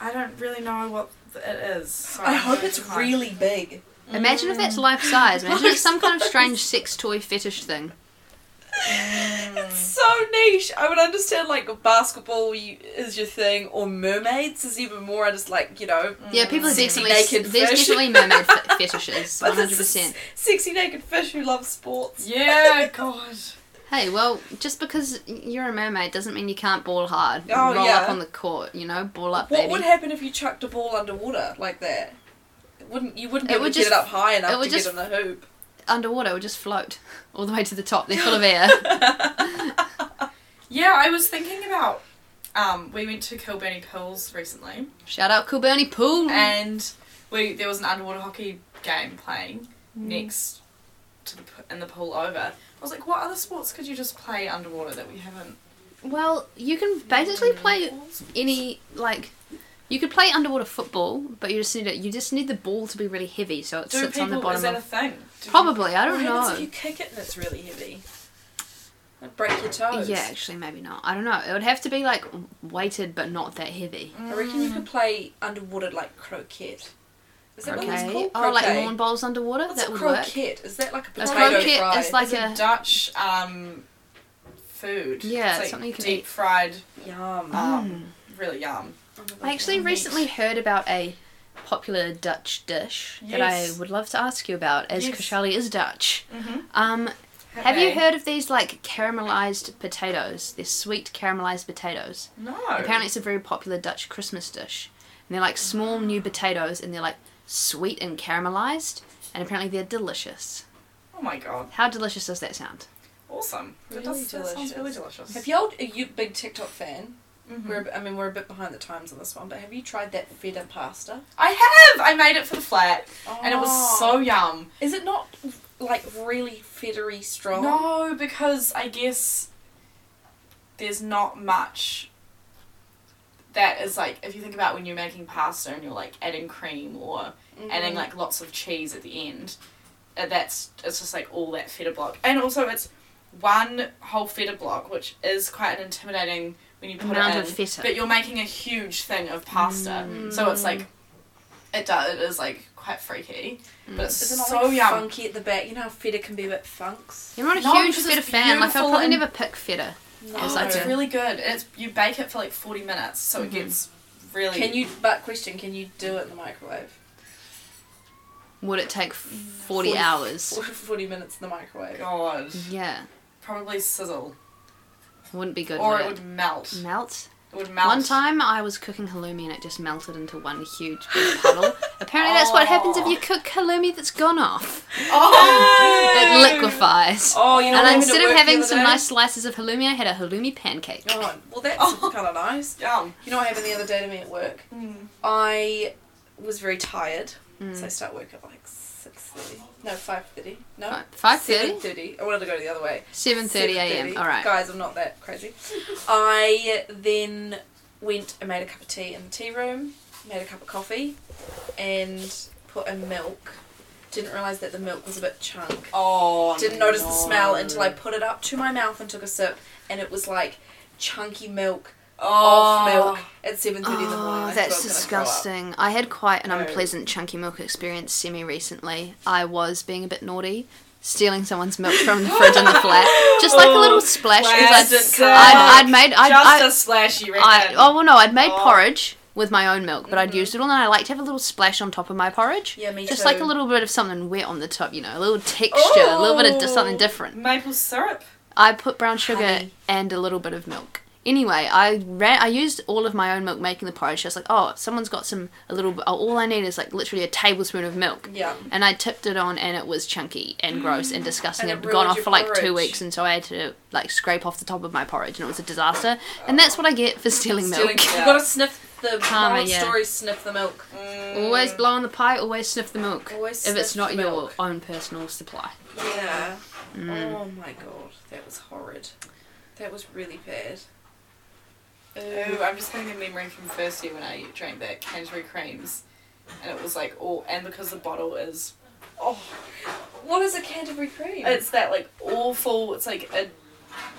Speaker 5: I don't really know what it is. so
Speaker 6: I hope it's
Speaker 5: can't.
Speaker 6: really
Speaker 4: Mm.
Speaker 6: big.
Speaker 4: Imagine if
Speaker 6: Mm.
Speaker 4: that's life size. Imagine it's some kind of strange sex toy fetish thing.
Speaker 5: Hmm.
Speaker 6: It's so niche. I would understand like basketball you- is your thing, or mermaids is even more. I just like you know,
Speaker 4: Yeah, people are
Speaker 6: Mm. Sexy
Speaker 4: definitely
Speaker 6: naked
Speaker 4: there's
Speaker 6: fish.
Speaker 4: definitely mermaid fe- fetishes. One
Speaker 6: but
Speaker 4: hundred
Speaker 6: this is
Speaker 4: percent.
Speaker 6: sexy naked fish who love sports.
Speaker 5: Yeah, God.
Speaker 4: Hey, well, just because you're a mermaid doesn't mean you can't ball hard.
Speaker 6: Oh,
Speaker 4: Roll
Speaker 6: yeah.
Speaker 4: up on the court, you know, ball up,
Speaker 6: What
Speaker 4: baby.
Speaker 6: would happen if you chucked a ball underwater like that? It Wouldn't you wouldn't be
Speaker 4: It
Speaker 6: able
Speaker 4: would
Speaker 6: to
Speaker 4: just-
Speaker 6: get it up high enough
Speaker 4: it would
Speaker 6: to
Speaker 4: just-
Speaker 6: get in the hoop?
Speaker 4: Underwater, it would just float all the way to the top. They're full of air.
Speaker 5: Yeah, I was thinking about. Um, we went to Kilburnie Pools recently,
Speaker 4: Shout out Coolburnie Pool.
Speaker 5: and we there was an underwater hockey game playing
Speaker 4: Mm.
Speaker 5: next to the p- in the pool over. I was like, what other sports could you just play underwater that we haven't?
Speaker 4: well, you can basically play any like You could play underwater football, but you just need it. You just need the ball to be really heavy, so it
Speaker 5: Do
Speaker 4: sits
Speaker 5: people,
Speaker 4: on the
Speaker 5: is
Speaker 4: bottom.
Speaker 5: that a
Speaker 4: Of,
Speaker 5: thing? Do
Speaker 4: probably, I don't
Speaker 6: what happens if
Speaker 4: know.
Speaker 6: you kick it and it's really heavy? It'd break your toes.
Speaker 4: Yeah, actually, maybe not. I don't know. It would have to be like weighted, but not that heavy.
Speaker 6: I reckon
Speaker 4: Mm.
Speaker 6: you could play underwater like croquet. Is that what it's
Speaker 4: Okay.
Speaker 6: called?
Speaker 4: Oh, like
Speaker 6: Croquet.
Speaker 4: lawn bowls underwater.
Speaker 6: What's
Speaker 4: that
Speaker 6: a
Speaker 4: would work.
Speaker 6: croquet? Is that like a
Speaker 4: A
Speaker 6: potato
Speaker 4: croquet
Speaker 6: fry?
Speaker 4: is like
Speaker 5: It's a
Speaker 4: a.
Speaker 5: Dutch um, food.
Speaker 4: Yeah,
Speaker 5: it's like
Speaker 4: something you can
Speaker 5: deep
Speaker 4: eat. Mm.
Speaker 5: fried.
Speaker 6: Yum.
Speaker 4: Hmm.
Speaker 5: Um, Really yum.
Speaker 4: I actually recently heard about a popular Dutch dish that
Speaker 5: Yes.
Speaker 4: I would love to ask you about, as
Speaker 5: Yes.
Speaker 4: Kashali is Dutch.
Speaker 5: Mhm.
Speaker 4: Um, have you heard of these like caramelized potatoes? They're sweet caramelized potatoes.
Speaker 5: No.
Speaker 4: Apparently, it's a very popular Dutch Christmas dish. And they're like small new potatoes and they're like sweet and caramelized. And apparently, they're delicious.
Speaker 5: Oh my god.
Speaker 4: How delicious does that sound?
Speaker 5: Awesome.
Speaker 6: Really
Speaker 5: that, does, that sounds really delicious.
Speaker 6: Have y'all? Are you a big TikTok fan?
Speaker 5: Mhm.
Speaker 4: Mm-hmm.
Speaker 6: We're, a bit- I mean, we're a bit behind the times on this one, but have you tried that feta pasta?
Speaker 5: I have. I made it for the flat, and it
Speaker 6: Oh.
Speaker 5: was so yum.
Speaker 6: Is it not like really fettery strong?
Speaker 5: No, because I guess there's not much that is like if you think about when you're making pasta and you're like adding cream or
Speaker 6: Mm.
Speaker 4: Mm-hmm.
Speaker 5: adding like lots of cheese at the end. uh, That's it's just like all that feta block, and also it's one whole feta block, which is quite an intimidating when you put
Speaker 4: Amount
Speaker 5: it in.
Speaker 4: of feta. Mm.
Speaker 5: But you're making a huge thing of pasta, so it's like it does. It is like quite freaky,
Speaker 4: Mm.
Speaker 5: but it's
Speaker 6: Isn't it
Speaker 5: so
Speaker 6: like
Speaker 5: yum.
Speaker 6: funky at the back? You know how feta can be a bit funks.
Speaker 4: I'm not a
Speaker 5: No,
Speaker 4: huge
Speaker 5: because
Speaker 4: feta
Speaker 5: it's
Speaker 4: fan. Like, I'll
Speaker 5: beautiful
Speaker 4: probably
Speaker 5: and-
Speaker 4: never pick feta.
Speaker 5: Oh,
Speaker 4: It's like
Speaker 5: it's
Speaker 4: a-
Speaker 5: really good. It's you bake it for like forty minutes, so
Speaker 4: Mm-hmm.
Speaker 5: it gets really.
Speaker 6: Can you? But question: Can you do it in the microwave?
Speaker 4: Would it take 40,
Speaker 6: 40
Speaker 4: hours?
Speaker 6: Forty minutes in the microwave.
Speaker 5: God,
Speaker 4: Yeah.
Speaker 5: probably sizzle,
Speaker 4: Wouldn't be good.
Speaker 5: or
Speaker 4: would
Speaker 5: it would melt.
Speaker 4: melt.
Speaker 5: It would melt.
Speaker 4: One time I was cooking halloumi and it just melted into one huge big puddle. Apparently, that's what happens if you
Speaker 6: Oh.
Speaker 4: cook halloumi that's gone off.
Speaker 5: Oh,
Speaker 4: It liquefies.
Speaker 6: Oh, you
Speaker 4: and
Speaker 6: know. what I had
Speaker 4: instead
Speaker 6: at
Speaker 4: of
Speaker 6: work
Speaker 4: having
Speaker 6: the other
Speaker 4: some
Speaker 6: day?
Speaker 4: nice slices of halloumi, I had a halloumi pancake.
Speaker 6: Oh, well, that's
Speaker 5: Oh.
Speaker 6: kind of nice.
Speaker 5: yum.
Speaker 6: You know, what happened the other day to me at work.
Speaker 5: Mm.
Speaker 6: I was very tired, so I start work at like six thirty. No, five thirty. No,
Speaker 4: Five thirty.
Speaker 6: thirty. I wanted to go the other way.
Speaker 4: Seven thirty a.m.
Speaker 6: 7:30.
Speaker 4: All right.
Speaker 6: Guys, I'm not that crazy. I then went and made a cup of tea in the tea room, made a cup of coffee, and put in milk. Didn't realise that the milk was a bit chunk.
Speaker 5: Oh,
Speaker 6: Didn't notice the
Speaker 5: no.
Speaker 6: smell until I put it up to my mouth and took a sip, and it was like chunky milk
Speaker 5: Oh,
Speaker 6: of milk at 7.30 in the morning.
Speaker 4: Oh, that's
Speaker 6: I thought, "Can I grow up?"
Speaker 4: disgusting. I had quite an
Speaker 5: No.
Speaker 4: unpleasant chunky milk experience semi recently. I was being a bit naughty, stealing someone's milk from the fridge in the flat, just like a
Speaker 6: Oh,
Speaker 4: little splash. 'cause
Speaker 5: Pleasant
Speaker 4: I'd, I'd,
Speaker 5: cock.
Speaker 4: I'd made I'd,
Speaker 5: just
Speaker 4: I-
Speaker 5: a splash, you reckon?
Speaker 4: I, oh well, no, I'd made
Speaker 5: Oh.
Speaker 4: porridge with my own milk, but I'd used it all, and I like to have a little splash on top of my porridge.
Speaker 6: Mm-hmm. Yeah, me
Speaker 4: Just
Speaker 6: too.
Speaker 4: like a little bit of something wet on the top, you know, a little texture, a little bit of di- something
Speaker 5: Ooh.
Speaker 4: different.
Speaker 5: Maple syrup.
Speaker 4: I put brown sugar
Speaker 6: Oh. Honey.
Speaker 4: and a little bit of milk. Anyway, I ran. I used all of my own milk making the porridge. I was like, oh, someone's got some a little. bit. All I need is like literally a tablespoon of milk.
Speaker 6: Yeah.
Speaker 4: And I tipped it on, and it was chunky and gross and disgusting.
Speaker 6: And it
Speaker 4: it had gone
Speaker 6: ruined
Speaker 4: off
Speaker 6: your
Speaker 4: for like two
Speaker 6: porridge.
Speaker 4: weeks, and so I had to like scrape off the top of my porridge, and it was a disaster. And that's what I get for stealing milk.
Speaker 6: Stealing- you gotta sniff the
Speaker 4: Karma,
Speaker 6: moral
Speaker 4: yeah.
Speaker 6: story, sniff the milk. Mm.
Speaker 4: Always blow on the pie, always sniff the milk.
Speaker 6: Always
Speaker 4: if it's
Speaker 6: sniff
Speaker 4: not
Speaker 6: the
Speaker 4: your
Speaker 6: milk.
Speaker 4: own personal supply.
Speaker 6: Yeah.
Speaker 4: Mm.
Speaker 6: Oh my god, that was horrid. That was really bad.
Speaker 5: Ooh, I'm just having a memory from first year when I drank that Canterbury creams, and it was like all and because the bottle is, oh,
Speaker 6: What is a Canterbury cream?
Speaker 5: it's that like awful. It's like a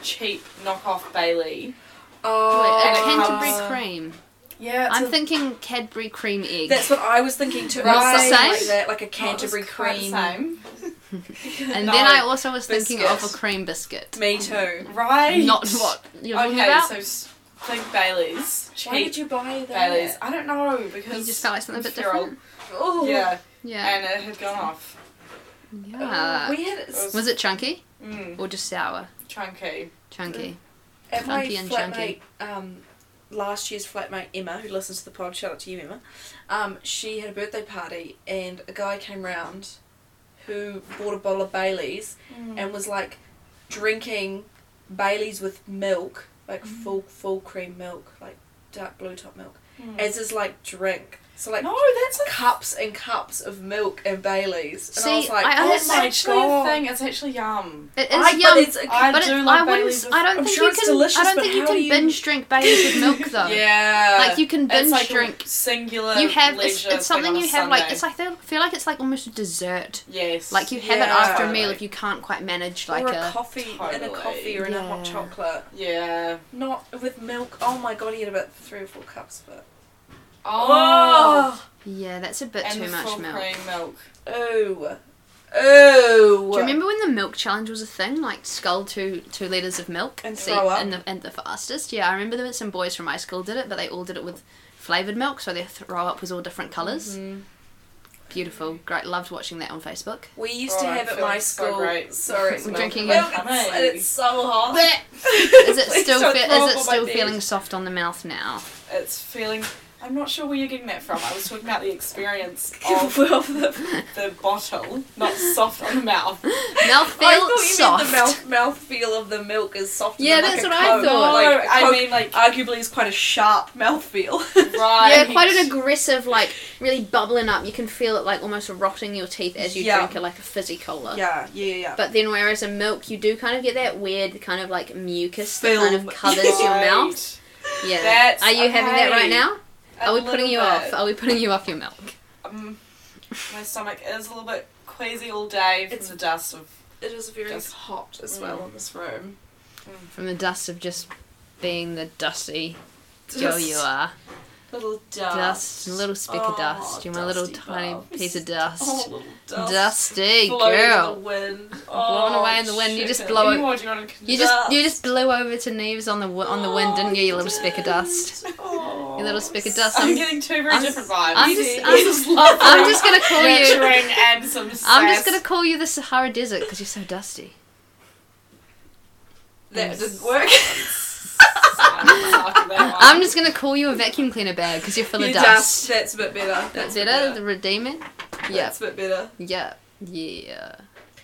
Speaker 5: cheap knockoff Bailey.
Speaker 6: oh,
Speaker 4: Wait, a
Speaker 5: it
Speaker 4: Canterbury
Speaker 5: comes-
Speaker 4: cream.
Speaker 5: Yeah,
Speaker 4: I'm thinking Cadbury cream egg.
Speaker 6: That's what I was thinking too.
Speaker 4: Not
Speaker 6: Right.
Speaker 4: the
Speaker 6: Something Like
Speaker 4: same?
Speaker 6: that, like a Canterbury cream.
Speaker 5: Same.
Speaker 4: and
Speaker 5: no,
Speaker 4: then I also was thinking of
Speaker 5: biscuit.
Speaker 4: a cream biscuit.
Speaker 6: Me too.
Speaker 5: Right.
Speaker 4: Not what you're talking
Speaker 5: Okay,
Speaker 4: about.
Speaker 5: so s- think Bailey's. Cheap
Speaker 6: Why did you buy that?
Speaker 5: Bailey's. I don't know because
Speaker 4: you just felt like something a bit
Speaker 5: feral.
Speaker 4: different.
Speaker 6: Oh,
Speaker 5: Yeah,
Speaker 4: Yeah.
Speaker 5: and it had gone off.
Speaker 4: yeah.
Speaker 6: we had
Speaker 5: was-
Speaker 4: was it chunky
Speaker 5: Mm,
Speaker 4: or just sour?
Speaker 5: chunky.
Speaker 4: Chunky.
Speaker 6: at my
Speaker 4: Chunky and
Speaker 6: flatmate, um, last year's flatmate Emma, who listens to the pod, shout out to you, Emma. Um, she had a birthday party and a guy came round who bought a bottle of Bailey's
Speaker 5: Mm.
Speaker 6: and was like drinking Bailey's with milk,
Speaker 5: Mm. Mm.
Speaker 6: like full full cream milk, like dark blue top milk, as his like drink. So like
Speaker 5: No, that's a
Speaker 6: cups and cups of milk and Baileys, and I
Speaker 4: See,
Speaker 6: was like,
Speaker 4: I- I
Speaker 5: Oh
Speaker 6: oh
Speaker 4: don't
Speaker 5: my
Speaker 6: my
Speaker 5: actually
Speaker 6: god.
Speaker 5: a thing. It's actually yum.
Speaker 4: It is
Speaker 6: Mm. I- but
Speaker 4: yum,
Speaker 6: it's-
Speaker 5: I
Speaker 4: but
Speaker 5: do
Speaker 4: it,
Speaker 5: love
Speaker 4: I wouldn't.
Speaker 5: Baileys. with-
Speaker 4: I don't
Speaker 6: I'm
Speaker 4: think
Speaker 6: sure
Speaker 4: you
Speaker 6: it's
Speaker 4: can.
Speaker 6: delicious,
Speaker 4: I don't
Speaker 6: but
Speaker 4: think you
Speaker 6: how
Speaker 4: can
Speaker 6: do you-
Speaker 4: binge drink Baileys with milk though.
Speaker 5: yeah.
Speaker 4: Like you can binge
Speaker 5: it's like your
Speaker 4: drink.
Speaker 5: singular.
Speaker 4: You have it's,
Speaker 5: leisure
Speaker 4: it's something
Speaker 5: thing on
Speaker 4: you
Speaker 5: a
Speaker 4: have like
Speaker 5: Sunday.
Speaker 4: it's like I feel like it's like almost a dessert.
Speaker 5: yes.
Speaker 4: Like you have it
Speaker 6: Yeah.
Speaker 4: after a meal
Speaker 5: Totally.
Speaker 4: if you can't quite manage like
Speaker 6: or
Speaker 4: a,
Speaker 6: a, coffee in a
Speaker 5: Totally.
Speaker 6: coffee or in a hot
Speaker 4: Yeah.
Speaker 6: chocolate,
Speaker 5: Yeah.
Speaker 6: not with milk. Oh my god, he had about three or four cups of it.
Speaker 5: Oh.
Speaker 4: yeah. That's a bit
Speaker 5: and
Speaker 4: too
Speaker 5: the
Speaker 4: much
Speaker 5: full
Speaker 4: milk.
Speaker 5: cream milk.
Speaker 6: Oh, oh.
Speaker 4: Do you remember when the milk challenge was a thing? Like skull two two liters of milk
Speaker 6: And
Speaker 4: see,
Speaker 6: throw up?
Speaker 4: and the and the fastest. Yeah, I remember that some boys from my school did it, but they all did it with flavored milk, so their throw up was all different colors.
Speaker 6: Mm-hmm.
Speaker 4: Beautiful, great. Loved watching that on Facebook.
Speaker 6: We used to
Speaker 5: Oh, I
Speaker 6: have at
Speaker 5: feel
Speaker 6: my
Speaker 5: so
Speaker 6: school.
Speaker 5: great.
Speaker 6: Sorry,
Speaker 5: It's
Speaker 4: We're
Speaker 5: milk.
Speaker 4: drinking
Speaker 5: Milk,
Speaker 6: Milk, it's,
Speaker 5: honey.
Speaker 6: it's so hot.
Speaker 4: Is it
Speaker 6: Please
Speaker 4: still
Speaker 6: don't
Speaker 4: fe-
Speaker 6: throw
Speaker 4: is
Speaker 6: up
Speaker 4: it
Speaker 6: on my
Speaker 4: still
Speaker 6: bed.
Speaker 4: feeling soft on the mouth now?
Speaker 5: It's feeling. I'm not sure where you're getting that from. I was talking about the experience
Speaker 6: Oh, Well,
Speaker 5: of
Speaker 6: the,
Speaker 5: the bottle, not soft on the mouth.
Speaker 4: Mouth
Speaker 6: I
Speaker 4: feel
Speaker 6: thought you
Speaker 4: soft.
Speaker 6: meant the mouth mouth feel of the milk is softer.
Speaker 4: Yeah,
Speaker 6: than
Speaker 4: that's
Speaker 6: like
Speaker 4: what
Speaker 6: a
Speaker 4: I
Speaker 6: Coke.
Speaker 4: thought.
Speaker 6: Like,
Speaker 5: No, I
Speaker 6: Coke
Speaker 5: mean, like-
Speaker 6: arguably is quite a sharp mouth feel.
Speaker 5: Right.
Speaker 4: Yeah, quite an aggressive, like really bubbling up. You can feel it like almost rotting your teeth as you
Speaker 6: Yeah.
Speaker 4: drink it, like a fizzy cola.
Speaker 6: yeah, yeah, yeah.
Speaker 4: But then, whereas in milk, you do kind of get that weird kind of like mucus that kind of
Speaker 6: Film.
Speaker 4: covers your
Speaker 5: Right.
Speaker 4: mouth. Yeah.
Speaker 5: That's
Speaker 4: Are you having that
Speaker 5: okay.
Speaker 4: right now?
Speaker 5: A
Speaker 4: Are we
Speaker 5: little
Speaker 4: putting you
Speaker 5: bit.
Speaker 4: off? Are we putting you off your milk?
Speaker 5: Um, my stomach is a little bit queasy all day from
Speaker 6: It's-
Speaker 5: the dust of.
Speaker 6: it is very
Speaker 5: Just-
Speaker 6: hot as well
Speaker 5: Mm.
Speaker 6: in this room.
Speaker 4: From the dust of just being the dusty girl
Speaker 6: Just
Speaker 4: you are.
Speaker 6: Little dust.
Speaker 4: Dust, a little speck of
Speaker 6: Oh,
Speaker 4: dust. You're my little
Speaker 6: dusty
Speaker 4: tiny
Speaker 6: bubs.
Speaker 4: piece of dust.
Speaker 6: Oh, little dust.
Speaker 4: Dusty
Speaker 6: Floating
Speaker 4: girl.
Speaker 6: in the wind. Oh,
Speaker 4: Blown away in the wind, you just blow it-
Speaker 5: Anymore, do you want to
Speaker 4: You just you just blew over to Neves on the w- on the
Speaker 6: Oh,
Speaker 4: wind, didn't you? You little speck of dust.
Speaker 5: Oh,
Speaker 4: You little speck of dust.
Speaker 5: I'm
Speaker 4: I'm,
Speaker 5: getting two very
Speaker 4: I'm-
Speaker 5: different vibes.
Speaker 4: I'm just I'm, I'm just gonna call you.
Speaker 5: Nurturing and some
Speaker 4: I'm just
Speaker 5: sass.
Speaker 4: gonna call you the Sahara Desert because you're so dusty.
Speaker 6: That didn't work.
Speaker 5: After that one.
Speaker 4: I'm just gonna call you a vacuum cleaner bag because you're full
Speaker 6: You
Speaker 4: of dust.
Speaker 6: That's a bit better.
Speaker 4: That's
Speaker 6: a bit
Speaker 4: better. The redeeming. Yeah.
Speaker 6: That's a bit better.
Speaker 4: Yeah. Yeah.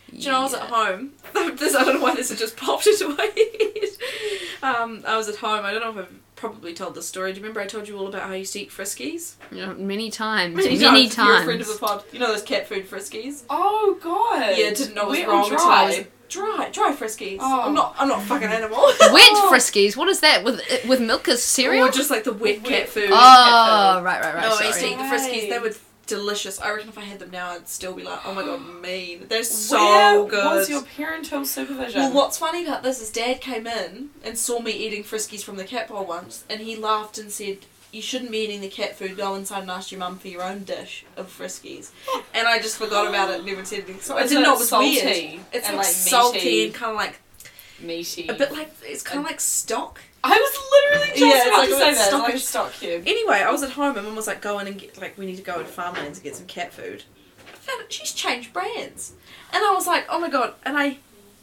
Speaker 6: Do you know I was at
Speaker 4: Yeah.
Speaker 6: home? This, I don't know why this has just popped into my head. Um, I was at home. I don't know if I've probably told this story. Do you remember I told you all about how I used to eat Friskies?
Speaker 4: You know, many times.
Speaker 6: Many
Speaker 4: Many,
Speaker 6: times. You're a
Speaker 4: times.
Speaker 6: friend of the pod. You know those cat food Friskies?
Speaker 5: Oh god.
Speaker 6: Yeah, didn't know it was
Speaker 5: Wet or
Speaker 6: wrong until I was-
Speaker 5: dry?
Speaker 6: Dry, dry Friskies.
Speaker 5: Oh.
Speaker 6: I'm not. I'm not a fucking animal.
Speaker 4: Wet friskies. What is that with with milk as cereal?
Speaker 6: Oh. Or just like the wet cat food.
Speaker 4: Oh, right, right, right.
Speaker 6: no, I used to
Speaker 4: sorry.
Speaker 6: eat the Friskies. They were delicious. I reckon if I had them now, I'd still be like, oh my god, mean. They're so
Speaker 5: Where
Speaker 6: good.
Speaker 5: was your parental supervision?
Speaker 6: Well, what's funny about this is Dad came in and saw me eating Friskies from the cat bowl once, and he laughed and said, "You shouldn't be eating the cat food. Go inside and ask your mum for your own dish of Friskies." And I just forgot about it. Never said anything. So I
Speaker 5: Is
Speaker 6: didn't know it
Speaker 5: it
Speaker 6: was
Speaker 5: salty
Speaker 6: weird. It's
Speaker 5: and,
Speaker 6: like,
Speaker 5: like, meaty?
Speaker 6: salty and kind of like
Speaker 5: meaty.
Speaker 6: a bit like it's kind of like stock.
Speaker 5: I was literally just
Speaker 6: Yeah, it's
Speaker 5: about
Speaker 6: like
Speaker 5: to
Speaker 6: a
Speaker 5: say
Speaker 6: bit
Speaker 5: that. It's like a
Speaker 6: stockish.
Speaker 5: stock cube.
Speaker 6: Anyway, I was at home and Mum was like, "Go in and get like we need to go to farmlands and get some cat food." I found it. She's changed brands, and I was like, "Oh my god!" And I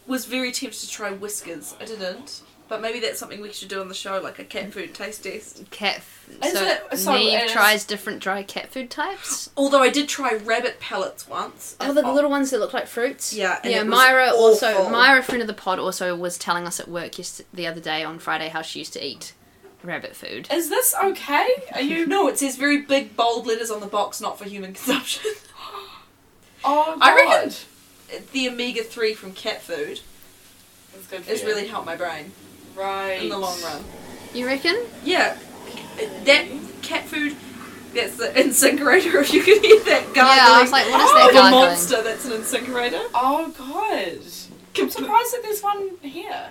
Speaker 6: was very tempted to try Whiskers. I didn't, but maybe that's something we should do on the show, like a cat food taste test.
Speaker 4: Cat. f-
Speaker 5: Is
Speaker 4: So,
Speaker 5: it- so
Speaker 4: Neve
Speaker 5: it is-
Speaker 4: tries different dry cat food types.
Speaker 6: Although I did try rabbit pellets once.
Speaker 4: Oh,
Speaker 6: and-
Speaker 4: the little ones that look like fruits.
Speaker 6: Yeah, and
Speaker 4: yeah.
Speaker 6: it was
Speaker 4: Myra also,
Speaker 6: awful.
Speaker 4: Myra, friend of the pod, also was telling us at work yes- the other day on Friday how she used to eat rabbit food.
Speaker 5: Is this okay? Are you?
Speaker 6: No, it says very big bold letters on the box, not for human consumption.
Speaker 5: Oh,
Speaker 6: I reckon-
Speaker 5: God.
Speaker 6: the omega three from cat food
Speaker 5: It's good for
Speaker 6: has
Speaker 5: you.
Speaker 6: really helped my brain
Speaker 5: right
Speaker 6: in the long run.
Speaker 4: You reckon?
Speaker 6: Yeah, that cat food. That's the incinerator. If you could hear that gargling.
Speaker 4: Yeah, I was like, what is
Speaker 6: Oh,
Speaker 4: that
Speaker 6: of
Speaker 4: gargling?
Speaker 6: A monster. That's an incinerator.
Speaker 5: Oh God! I'm surprised that there's one here.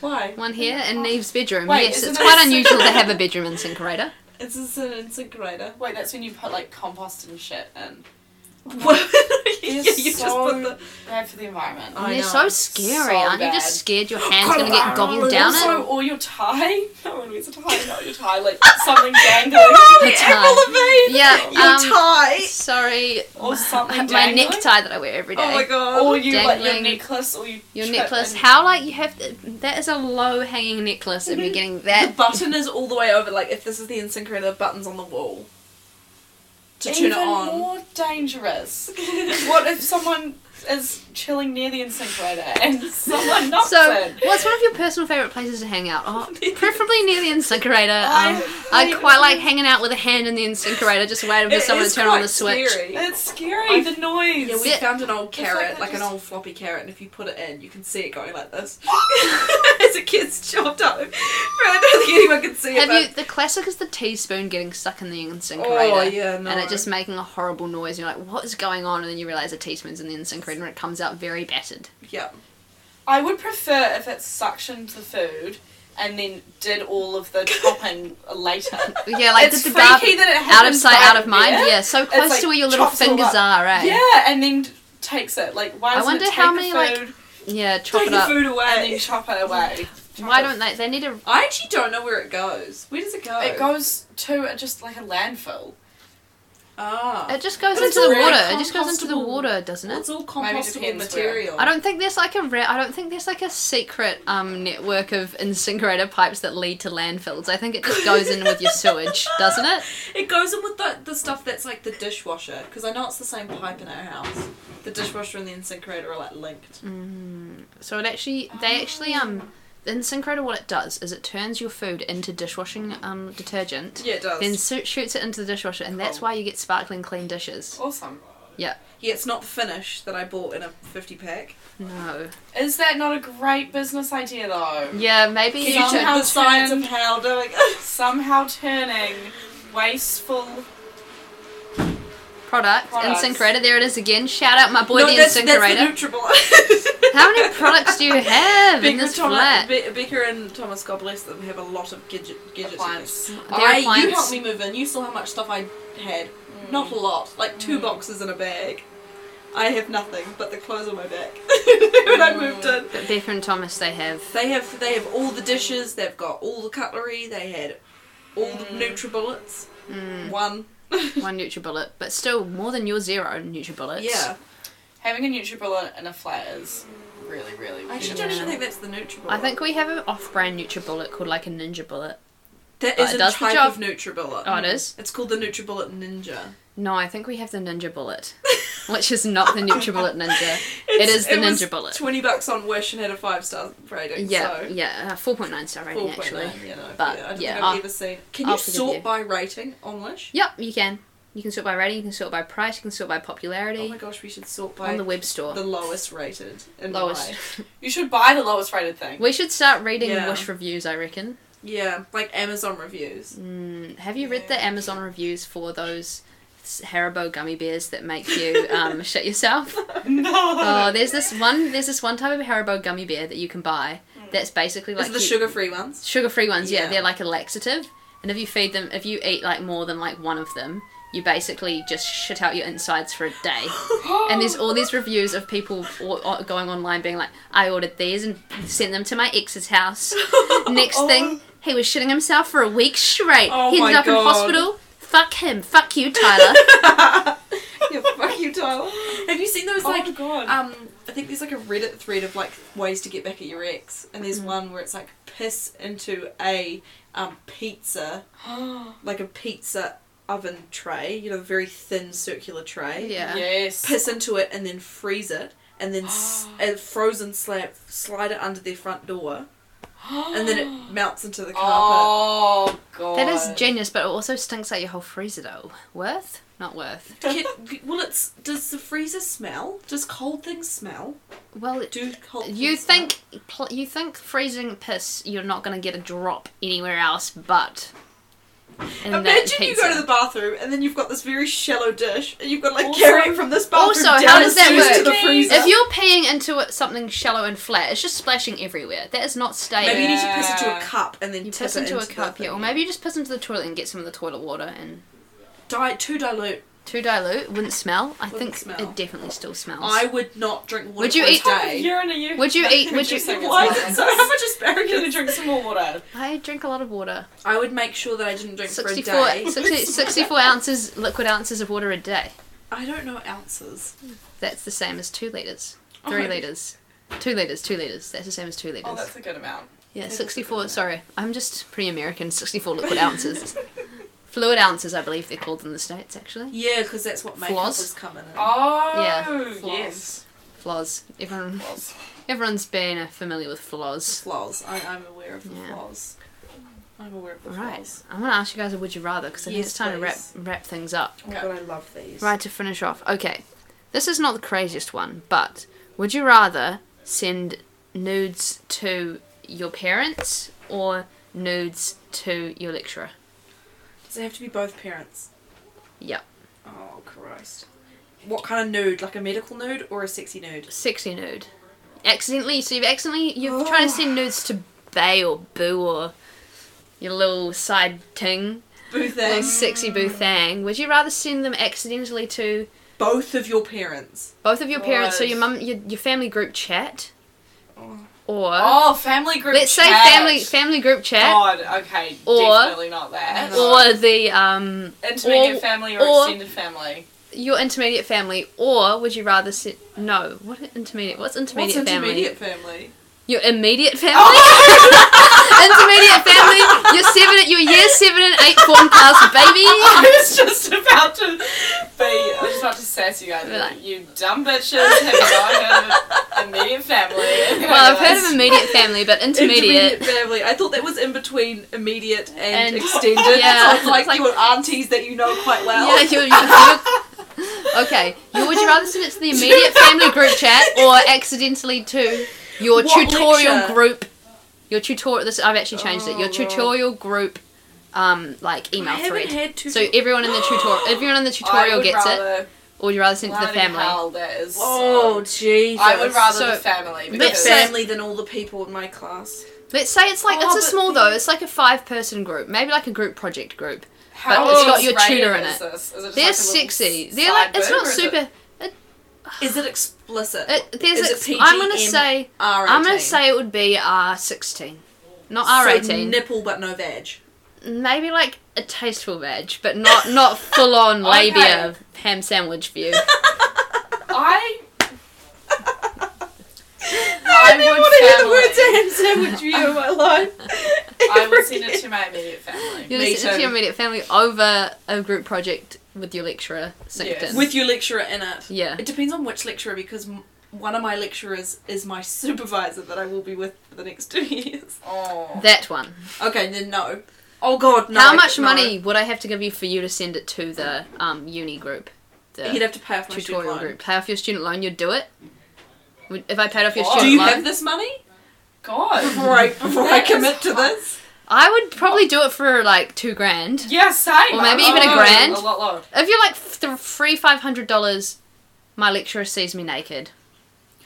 Speaker 6: Why?
Speaker 4: One here in Neve's bedroom.
Speaker 5: Wait,
Speaker 4: yes,
Speaker 5: isn't
Speaker 4: it's
Speaker 5: it-
Speaker 4: quite unusual to have a bedroom incinerator.
Speaker 6: It's just an incinerator.
Speaker 5: Wait, that's when you put like compost and shit in.
Speaker 6: What? yeah,
Speaker 5: They're
Speaker 6: you just
Speaker 5: so
Speaker 6: put the.
Speaker 5: bad for the environment.
Speaker 6: I
Speaker 4: They're
Speaker 6: know,
Speaker 4: so
Speaker 6: it's
Speaker 4: scary.
Speaker 5: so
Speaker 4: Aren't you
Speaker 5: bad.
Speaker 4: just scared your hand's gonna get gobbled down
Speaker 5: also,
Speaker 4: it?
Speaker 5: or your tie. No one wears a tie. Not your tie. Like something dangling.
Speaker 6: Oh,
Speaker 4: The tie.
Speaker 6: Avril Lavigne.
Speaker 4: Yeah.
Speaker 6: Your
Speaker 4: um,
Speaker 6: tie.
Speaker 4: Sorry.
Speaker 5: Or something
Speaker 4: My
Speaker 5: dangling.
Speaker 4: necktie that I wear every day.
Speaker 6: Oh my god.
Speaker 5: Or you like your
Speaker 4: Dangling.
Speaker 5: necklace. Or you
Speaker 4: Your
Speaker 5: trip
Speaker 4: necklace.
Speaker 5: and-
Speaker 4: How like you have that is a low hanging necklace, and we're getting
Speaker 6: the
Speaker 4: that.
Speaker 6: button is all the way over. Like if this is the incinerator, the button's on the wall. To turn
Speaker 5: Even
Speaker 6: it on.
Speaker 5: more dangerous. what if someone is chilling near the NSYNC rider and someone knocks
Speaker 4: so,
Speaker 5: it.
Speaker 4: what's one of your personal favourite places to hang out? Oh, preferably near the incinerator.
Speaker 5: I
Speaker 4: Um, I
Speaker 5: hate
Speaker 4: quite
Speaker 5: it.
Speaker 4: like hanging out with a hand in the incinerator, just waiting for
Speaker 6: It
Speaker 4: someone
Speaker 6: is
Speaker 4: to turn on
Speaker 6: quite
Speaker 4: the switch.
Speaker 6: scary.
Speaker 5: It's scary,
Speaker 6: I-
Speaker 5: the noise.
Speaker 6: Yeah, we
Speaker 4: Yeah.
Speaker 6: found an old carrot,
Speaker 5: that
Speaker 6: like an
Speaker 5: just-
Speaker 6: old floppy carrot, and if you put it in, you can see it going like this. As it gets chopped up. I don't think anyone can see
Speaker 4: Have
Speaker 6: it.
Speaker 4: you? The classic is the teaspoon getting stuck in the
Speaker 6: but-
Speaker 4: incinerator.
Speaker 6: Oh, yeah, no.
Speaker 4: And it just making a horrible noise. You're like, what is going on? And then you realise a teaspoon's in the incinerator and it comes out very battered.
Speaker 6: Yeah.
Speaker 5: I would prefer if it suctioned the food and then did all of the chopping later.
Speaker 4: Yeah, like
Speaker 5: it's
Speaker 4: did the
Speaker 5: freaky
Speaker 4: dab-
Speaker 5: that it
Speaker 4: out of
Speaker 5: happens
Speaker 4: sight,
Speaker 5: right
Speaker 4: out of mind.
Speaker 5: there.
Speaker 4: Yeah, so close
Speaker 5: like
Speaker 4: to where your little
Speaker 5: chops all
Speaker 4: fingers
Speaker 5: up.
Speaker 4: are, right?
Speaker 5: Yeah, and then d- takes it. Like, why
Speaker 4: I
Speaker 5: doesn't
Speaker 4: wonder
Speaker 5: it take
Speaker 4: how
Speaker 5: the
Speaker 4: many, like,
Speaker 5: food
Speaker 4: Yeah, chop
Speaker 5: take
Speaker 4: it
Speaker 5: the
Speaker 4: up.
Speaker 5: food away and then chop it away?
Speaker 4: Why don't they? They need a.
Speaker 6: I actually don't know where it goes. Where does it go?
Speaker 5: It goes to a, just like a landfill.
Speaker 6: Ah.
Speaker 4: It just goes
Speaker 6: But it's
Speaker 4: into the
Speaker 6: all
Speaker 4: water. It just goes into the
Speaker 3: compostable.
Speaker 4: water, doesn't it?
Speaker 3: It's all
Speaker 5: Maybe
Speaker 3: compostable
Speaker 5: depends where.
Speaker 3: material.
Speaker 4: I don't think there's like a re- I don't think there's like a secret um, network of incinerator pipes that lead to landfills. I think it just goes in with your sewage, doesn't it?
Speaker 6: It goes in with the, the stuff that's like the dishwasher, because I know it's the same pipe in our house. The dishwasher and the incinerator are like linked.
Speaker 4: So it actually they actually um the incinerator what it does is it turns your food into dishwashing um detergent.
Speaker 6: Yeah, it does.
Speaker 4: Then so- shoots it into the dishwasher, and that's why you get sparkling clean dishes.
Speaker 5: Awesome.
Speaker 6: yeah, it's not the finish that I bought in a 50 pack.
Speaker 4: No.
Speaker 5: Is that not a great business idea though?
Speaker 4: Yeah, maybe um,
Speaker 5: Can you
Speaker 6: You
Speaker 4: some-
Speaker 6: took
Speaker 5: somehow
Speaker 6: the science of
Speaker 5: turned-
Speaker 6: how doing
Speaker 5: Somehow turning wasteful.
Speaker 4: product
Speaker 5: Products.
Speaker 4: incinerator. There it is again. Shout out my boy
Speaker 6: no,
Speaker 4: the
Speaker 6: that's, that's
Speaker 4: incinerator.
Speaker 6: the Nutribullet.
Speaker 4: How many products do you have in this
Speaker 6: Thomas,
Speaker 4: flat?
Speaker 6: Be- Becker and Thomas, God bless them, have a lot of gadget, gadgets. in there.
Speaker 5: Appliance.
Speaker 4: Their
Speaker 6: I, you
Speaker 4: appliance. Mm.
Speaker 6: helped me move in. You saw how much stuff I had. Not a lot, like two boxes in a bag. I have nothing but the clothes on my back when I moved in.
Speaker 4: But Becca and Thomas, they have.
Speaker 6: They have they have all the dishes. They've got all the cutlery. They had all the
Speaker 4: Mm.
Speaker 6: NutriBullets. One.
Speaker 4: one NutriBullet, but still more than your zero NutriBullets.
Speaker 6: yeah.
Speaker 5: Having a NutriBullet in a flat is really, really.
Speaker 6: I actually
Speaker 5: weird.
Speaker 6: don't even think that's the NutriBullet.
Speaker 4: I think we have an off-brand NutriBullet called like a Ninja Bullet.
Speaker 6: that
Speaker 4: but
Speaker 6: is
Speaker 4: it
Speaker 6: a
Speaker 4: does the
Speaker 6: type
Speaker 4: job.
Speaker 6: of NutriBullet.
Speaker 4: Oh, it is.
Speaker 6: It's called the NutriBullet Ninja.
Speaker 4: No, I think we have the Ninja Bullet, which is not the NutriBullet Ninja. It is the
Speaker 6: It's-
Speaker 4: Ninja Bullet.
Speaker 6: Twenty bucks on Wish and had a five star rating.
Speaker 4: Yeah,
Speaker 6: so.
Speaker 4: yeah, uh, four point nine star rating
Speaker 6: Four point
Speaker 4: actually.
Speaker 6: nine, you know,
Speaker 4: But,
Speaker 6: yeah, I don't
Speaker 4: yeah,
Speaker 6: think I've
Speaker 4: I'll-
Speaker 6: ever seen. Can
Speaker 4: I'll
Speaker 6: you
Speaker 4: forgive
Speaker 6: sort
Speaker 4: you.
Speaker 6: by rating on Wish?
Speaker 4: Yep, you can. You can sort by rating. You can sort by price. You can sort by popularity
Speaker 6: Oh my gosh, we should sort by
Speaker 4: on the web store.
Speaker 6: the lowest rated and
Speaker 4: Lowest.
Speaker 6: why.
Speaker 5: You should buy the lowest rated thing.
Speaker 4: we should start reading
Speaker 6: Yeah.
Speaker 4: Wish reviews. I reckon.
Speaker 6: Yeah, like Amazon reviews.
Speaker 4: Mm, have you read the Amazon reviews for those? s- Haribo gummy bears that make you um, shit yourself.
Speaker 5: no.
Speaker 4: Oh, there's this one. There's this one type of Haribo gummy bear that you can buy. That's basically
Speaker 6: Hmm. Is
Speaker 4: like
Speaker 6: it the sugar free ones?
Speaker 4: free ones. Yeah.
Speaker 6: Yeah.
Speaker 4: they're like a laxative. And if you feed them, if you eat like more than like one of them, you basically just shit out your insides for a day. and there's all these reviews of people o- o- going online being like, "I ordered these and sent them to my ex's house." Next thing, he was shitting himself for a week straight.
Speaker 6: Oh
Speaker 4: he ended
Speaker 6: my
Speaker 4: up
Speaker 6: God.
Speaker 4: in hospital. Fuck him. Fuck you, Tyler.
Speaker 6: yeah, fuck you, Tyler. Have you seen those
Speaker 5: Oh
Speaker 6: like
Speaker 5: my god.
Speaker 6: um I think there's like a Reddit thread of like ways to get back at your ex and
Speaker 4: Mm.
Speaker 6: there's one where it's like piss into a um pizza like a pizza oven tray, you know, a very thin circular tray.
Speaker 4: yeah.
Speaker 5: yes.
Speaker 6: Piss into it and then freeze it and then s- a frozen slab slide it under their front door and then it melts into the carpet.
Speaker 5: Oh god.
Speaker 4: That is genius, but it also stinks out your whole freezer though. Worth? Not worth.
Speaker 6: Can- well, it's does the freezer smell? Does cold things smell?
Speaker 4: Well, it-
Speaker 6: Do cold
Speaker 4: you
Speaker 6: things smell?
Speaker 4: think pl- you think freezing piss you're not going to get a drop anywhere else but in that
Speaker 6: Imagine you go
Speaker 4: pizza.
Speaker 6: to the bathroom and then you've got this very shallow dish and you've got to, like
Speaker 5: Also-
Speaker 6: carry it from this bathroom
Speaker 4: also,
Speaker 6: down
Speaker 4: how does
Speaker 6: the
Speaker 4: that
Speaker 6: stairs
Speaker 4: work?
Speaker 6: to the freezer.
Speaker 4: if you're peeing into it, something shallow and flat, it's just splashing everywhere. That is not staying.
Speaker 6: maybe you need to
Speaker 5: Yeah.
Speaker 6: piss into a cup and then
Speaker 4: You
Speaker 6: tip
Speaker 4: piss
Speaker 6: it
Speaker 4: into a
Speaker 6: the
Speaker 4: cup, yeah,
Speaker 6: thing.
Speaker 4: or maybe you just piss into the toilet and get some of the toilet water and
Speaker 6: Di- too dilute.
Speaker 4: too dilute. Wouldn't smell. I
Speaker 6: Wouldn't
Speaker 4: think
Speaker 6: smell.
Speaker 4: it definitely still smells.
Speaker 6: I would not drink water.
Speaker 4: Would you
Speaker 6: for a
Speaker 4: eat-
Speaker 6: day.
Speaker 5: Urine are you?
Speaker 4: Would you
Speaker 5: making
Speaker 4: eat-
Speaker 5: me
Speaker 4: would you-
Speaker 5: drink
Speaker 6: Why is
Speaker 5: something?
Speaker 6: it so? How much
Speaker 5: I'm gonna
Speaker 6: asparagus?
Speaker 5: drink some more water.
Speaker 4: I drink a lot of water.
Speaker 6: I would make sure that I didn't drink for a
Speaker 4: 64,
Speaker 6: day.
Speaker 4: 60 64 ounces, liquid ounces of water a day.
Speaker 6: I don't know ounces.
Speaker 4: That's the same as two liters, three
Speaker 6: Oh.
Speaker 4: liters, two liters, two liters. That's the same as two liters.
Speaker 5: Oh, that's a good amount.
Speaker 4: yeah, sixty-four. Sorry, I'm just pretty American. Sixty-four liquid ounces, fluid ounces, I believe they're called in the states. Actually,
Speaker 6: Yeah, because that's what makeup
Speaker 4: Floss?
Speaker 6: was coming in.
Speaker 5: Oh.
Speaker 4: Yeah.
Speaker 5: Yes.
Speaker 4: flaws. Everyone,
Speaker 5: Flaws.
Speaker 4: everyone's been uh, familiar with flaws.
Speaker 6: Flaws. I, I'm aware of the
Speaker 4: Yeah.
Speaker 6: flaws. I'm aware of the
Speaker 4: Right.
Speaker 6: flaws.
Speaker 4: I want to ask you guys a would you rather because I think
Speaker 6: Yes,
Speaker 4: it's time
Speaker 6: please.
Speaker 4: to wrap wrap things up.
Speaker 6: Oh my god, I love these.
Speaker 4: Right to finish off. Okay, this is not the craziest one, but would you rather send nudes to your parents or nudes to your lecturer?
Speaker 6: Does it have to be both parents?
Speaker 4: Yep,
Speaker 6: Oh Christ. What kind of nude? Like a medical nude or a sexy nude?
Speaker 4: sexy nude. Accidentally, so you've accidentally you've tried to send nudes to Bay or Boo or your little side ting,
Speaker 6: Boo
Speaker 4: little
Speaker 6: thing.
Speaker 4: sexy boo thang. Would you rather send them accidentally to
Speaker 6: Both of your parents.
Speaker 4: Both of your parents, so
Speaker 5: Right.
Speaker 4: your mum, your, your family group chat, or
Speaker 5: Oh, family group.
Speaker 4: let's say
Speaker 5: chat. Oh,
Speaker 4: family family group chat,
Speaker 5: God, okay,
Speaker 4: Or-
Speaker 5: definitely not that.
Speaker 4: or the um
Speaker 5: Intermediate
Speaker 4: or-
Speaker 5: family or,
Speaker 4: or-
Speaker 5: extended family.
Speaker 4: your intermediate family, or would you rather sit? No, what are intermediate? What's intermediate
Speaker 6: What's
Speaker 4: family?
Speaker 6: intermediate family?
Speaker 4: Your immediate family.
Speaker 5: Oh!
Speaker 4: intermediate family. Your seven, your year seven and eight form class baby.
Speaker 5: I was just about to be. I was about to sass you guys.
Speaker 4: Be like-
Speaker 5: you dumb bitches have not heard of immediate family.
Speaker 4: Well, I've heard of immediate family, but intermediate.
Speaker 6: family. I thought that was in between immediate and,
Speaker 4: And-
Speaker 6: extended.
Speaker 4: yeah.
Speaker 6: so it's like,
Speaker 4: It's like-
Speaker 6: your aunties that you know quite well.
Speaker 4: Yeah, you, you- you- okay. You, would you rather send it to the immediate family group chat or accidentally to your
Speaker 6: What
Speaker 4: tutorial
Speaker 6: lecture?
Speaker 4: group? Your tutorial. This I've actually changed it. Your
Speaker 6: Oh,
Speaker 4: tutorial group, um, like email
Speaker 6: I haven't
Speaker 4: thread.
Speaker 6: had two.
Speaker 4: so everyone in the tutorial, everyone in the tutorial gets it, or you rather send it to the family.
Speaker 5: Hell, that is um,
Speaker 6: oh Jesus!
Speaker 5: I would rather
Speaker 4: So-
Speaker 5: the family
Speaker 4: But
Speaker 6: the
Speaker 5: because
Speaker 4: so-
Speaker 6: family than all the people in my class.
Speaker 4: Let's say it's like
Speaker 6: Oh,
Speaker 4: it's a
Speaker 6: but
Speaker 4: small though.
Speaker 6: then-
Speaker 4: It's like a five-person group, maybe like a group project group.
Speaker 5: how
Speaker 4: but it's got
Speaker 5: is
Speaker 4: your
Speaker 5: rated
Speaker 4: tutor in
Speaker 5: is
Speaker 4: it.
Speaker 5: this? Is it just
Speaker 4: They're
Speaker 5: like a little
Speaker 4: sexy. They're
Speaker 5: side
Speaker 4: like it's
Speaker 5: boob
Speaker 4: not
Speaker 5: or is it-
Speaker 4: super.
Speaker 6: Is it explicit?
Speaker 4: It, there's
Speaker 6: Is it
Speaker 4: ex- I'm gonna
Speaker 6: PGM?
Speaker 4: say
Speaker 6: R18.
Speaker 4: I'm gonna say it would be R sixteen, not R
Speaker 6: So
Speaker 4: eighteen.
Speaker 6: nipple but no vag.
Speaker 4: Maybe like a tasteful veg, but not not full on
Speaker 5: Okay.
Speaker 4: labia ham sandwich view.
Speaker 5: I
Speaker 6: I,
Speaker 5: I would family.
Speaker 6: ham sandwich view in my life.
Speaker 5: I would send it to my immediate family.
Speaker 4: You're
Speaker 6: Me
Speaker 4: listening
Speaker 6: too.
Speaker 4: to your immediate family over a group project with your lecturer synced
Speaker 5: Yes.
Speaker 4: in.
Speaker 6: with your lecturer in it.
Speaker 4: yeah,
Speaker 6: It depends on which lecturer because m- one of my lecturers is my supervisor that I will be with for the next two years.
Speaker 5: Oh.
Speaker 4: that one.
Speaker 6: Okay, then no. Oh God, no.
Speaker 4: How much
Speaker 6: no.
Speaker 4: money would I have to give you for you to send it to the um, uni group, the
Speaker 6: He'd have to pay off my
Speaker 4: tutorial
Speaker 6: tutorial
Speaker 4: group? Pay off your student loan, you'd do it. Would- If I paid off your
Speaker 5: What?
Speaker 6: Do
Speaker 4: student
Speaker 6: you
Speaker 4: loan,
Speaker 6: have this money
Speaker 5: God.
Speaker 6: before I before I
Speaker 5: That is
Speaker 6: commit to this?
Speaker 4: I would probably do it for like two grand.
Speaker 5: Yeah, same.
Speaker 4: Or maybe
Speaker 5: I'm
Speaker 4: even a
Speaker 5: low,
Speaker 4: grand.
Speaker 5: A lot lower.
Speaker 4: If you're like f- th- three, five hundred dollars, my lecturer sees me naked.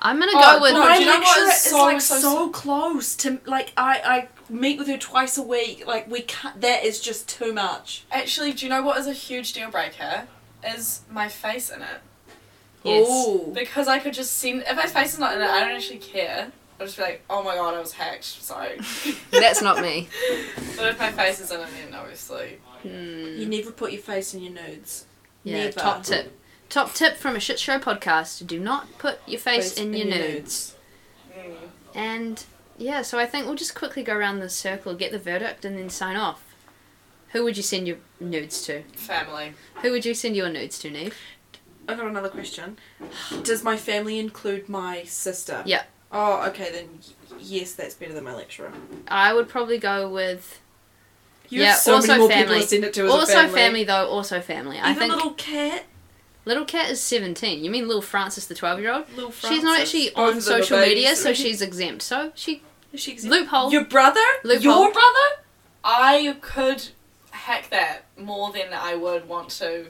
Speaker 4: I'm gonna go
Speaker 5: Oh,
Speaker 4: with.
Speaker 5: no,
Speaker 6: my
Speaker 5: do you know what
Speaker 6: lecturer
Speaker 5: is
Speaker 6: is
Speaker 5: so,
Speaker 6: like
Speaker 5: so-
Speaker 6: so, close to like I I meet with her twice a week. Like we can't. That is just too much.
Speaker 5: Actually, do you know what is a huge deal breaker? Is my face in it.
Speaker 4: Yes.
Speaker 6: Ooh.
Speaker 5: Because I could just send. If my face is not in it, I don't actually care. I'll just be like, oh my god, I was hacked. Sorry.
Speaker 4: That's not me.
Speaker 5: But if my face is in it, then obviously.
Speaker 6: You never put your face in your nudes.
Speaker 4: Yeah.
Speaker 6: Never.
Speaker 4: Top tip. Top tip from a shit show podcast: Do not put your face, in, your nudes. And yeah, so I think we'll just quickly go around the circle, get the verdict, and then sign off. Who would you send your nudes to?
Speaker 5: Family.
Speaker 4: Who would you send your nudes to, Neve?
Speaker 6: I got another question. Does my family include my sister?
Speaker 4: Yeah.
Speaker 6: Oh, okay then. y- Yes, that's better than my lecturer.
Speaker 4: I would probably go with
Speaker 6: You
Speaker 4: Yeah,
Speaker 6: have so
Speaker 4: also
Speaker 6: many more people
Speaker 4: family.
Speaker 6: to send it to as
Speaker 4: also
Speaker 6: a family.
Speaker 4: family. though. Also family. I
Speaker 6: Even
Speaker 4: think
Speaker 6: little cat,
Speaker 4: Little Cat is 17. You mean Little Francis, the 12 year old?
Speaker 6: little Francis.
Speaker 4: She's not actually
Speaker 6: Both
Speaker 4: on
Speaker 6: of them are
Speaker 4: social media,
Speaker 6: babies.
Speaker 4: so she's exempt. So she.
Speaker 6: Is she exempt?
Speaker 4: Loophole.
Speaker 6: Your brother?
Speaker 4: Loophole.
Speaker 6: Your brother?
Speaker 5: I could hack that more than I would want to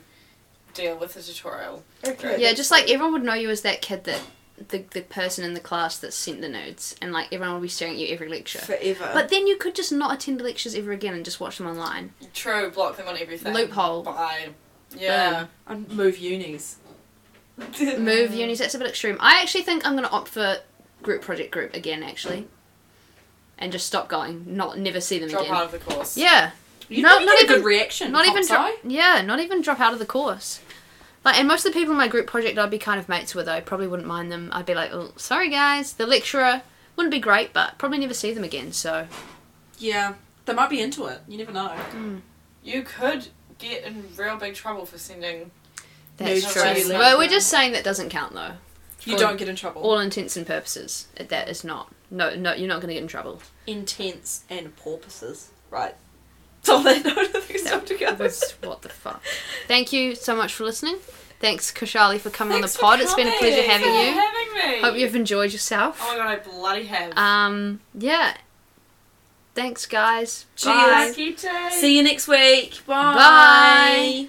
Speaker 5: deal with the tutorial.
Speaker 6: Okay.
Speaker 4: yeah, just like everyone would know you as that kid that. The, the person in the class that sent the nudes, and like everyone would be staring at you every lecture.
Speaker 6: Forever.
Speaker 4: But then you could just not attend lectures ever again and just watch them online.
Speaker 5: True, block them on everything.
Speaker 4: Loophole.
Speaker 5: Bye. Yeah.
Speaker 6: I'd move unis.
Speaker 4: Move unis, that's a bit extreme. I actually think I'm gonna opt for group project group again, actually, and just stop going, not never see them
Speaker 5: Drop
Speaker 4: again.
Speaker 5: out of the course.
Speaker 4: Yeah,
Speaker 6: You
Speaker 4: No,
Speaker 6: probably
Speaker 4: not
Speaker 6: get a
Speaker 4: even-
Speaker 6: good reaction.
Speaker 4: not even
Speaker 6: Popsi.
Speaker 4: drop, yeah not even drop out of the course like and most of the people in my group project i'd be kind of mates with i probably wouldn't mind them i'd be like oh sorry guys the lecturer wouldn't be great but probably never see them again so
Speaker 6: Yeah, they might be into it. You never know.
Speaker 5: You could get in real big trouble for sending
Speaker 4: that's
Speaker 6: Nudes
Speaker 4: true
Speaker 5: to your
Speaker 4: well we're
Speaker 5: lecturer.
Speaker 4: just saying that doesn't count though
Speaker 6: You don't get in trouble.
Speaker 4: all intents and purposes. That is not. No, no, you're not going to get in trouble.
Speaker 1: Intense and porpoises. Right. So on that note, I think it's time to go.
Speaker 4: That's- what the fuck. Thank you so much for listening. Thanks, Kushali, for coming
Speaker 5: Thanks
Speaker 4: on
Speaker 5: for
Speaker 4: the pod. It's been a pleasure
Speaker 5: coming.
Speaker 4: having
Speaker 5: Thanks
Speaker 4: you.
Speaker 5: for having me.
Speaker 4: Hope you've enjoyed yourself.
Speaker 5: Oh my god, I bloody have.
Speaker 4: Um, yeah. Thanks, guys.
Speaker 6: Cheers.
Speaker 5: Lucky day.
Speaker 6: See you next week.
Speaker 4: Bye.
Speaker 6: Bye.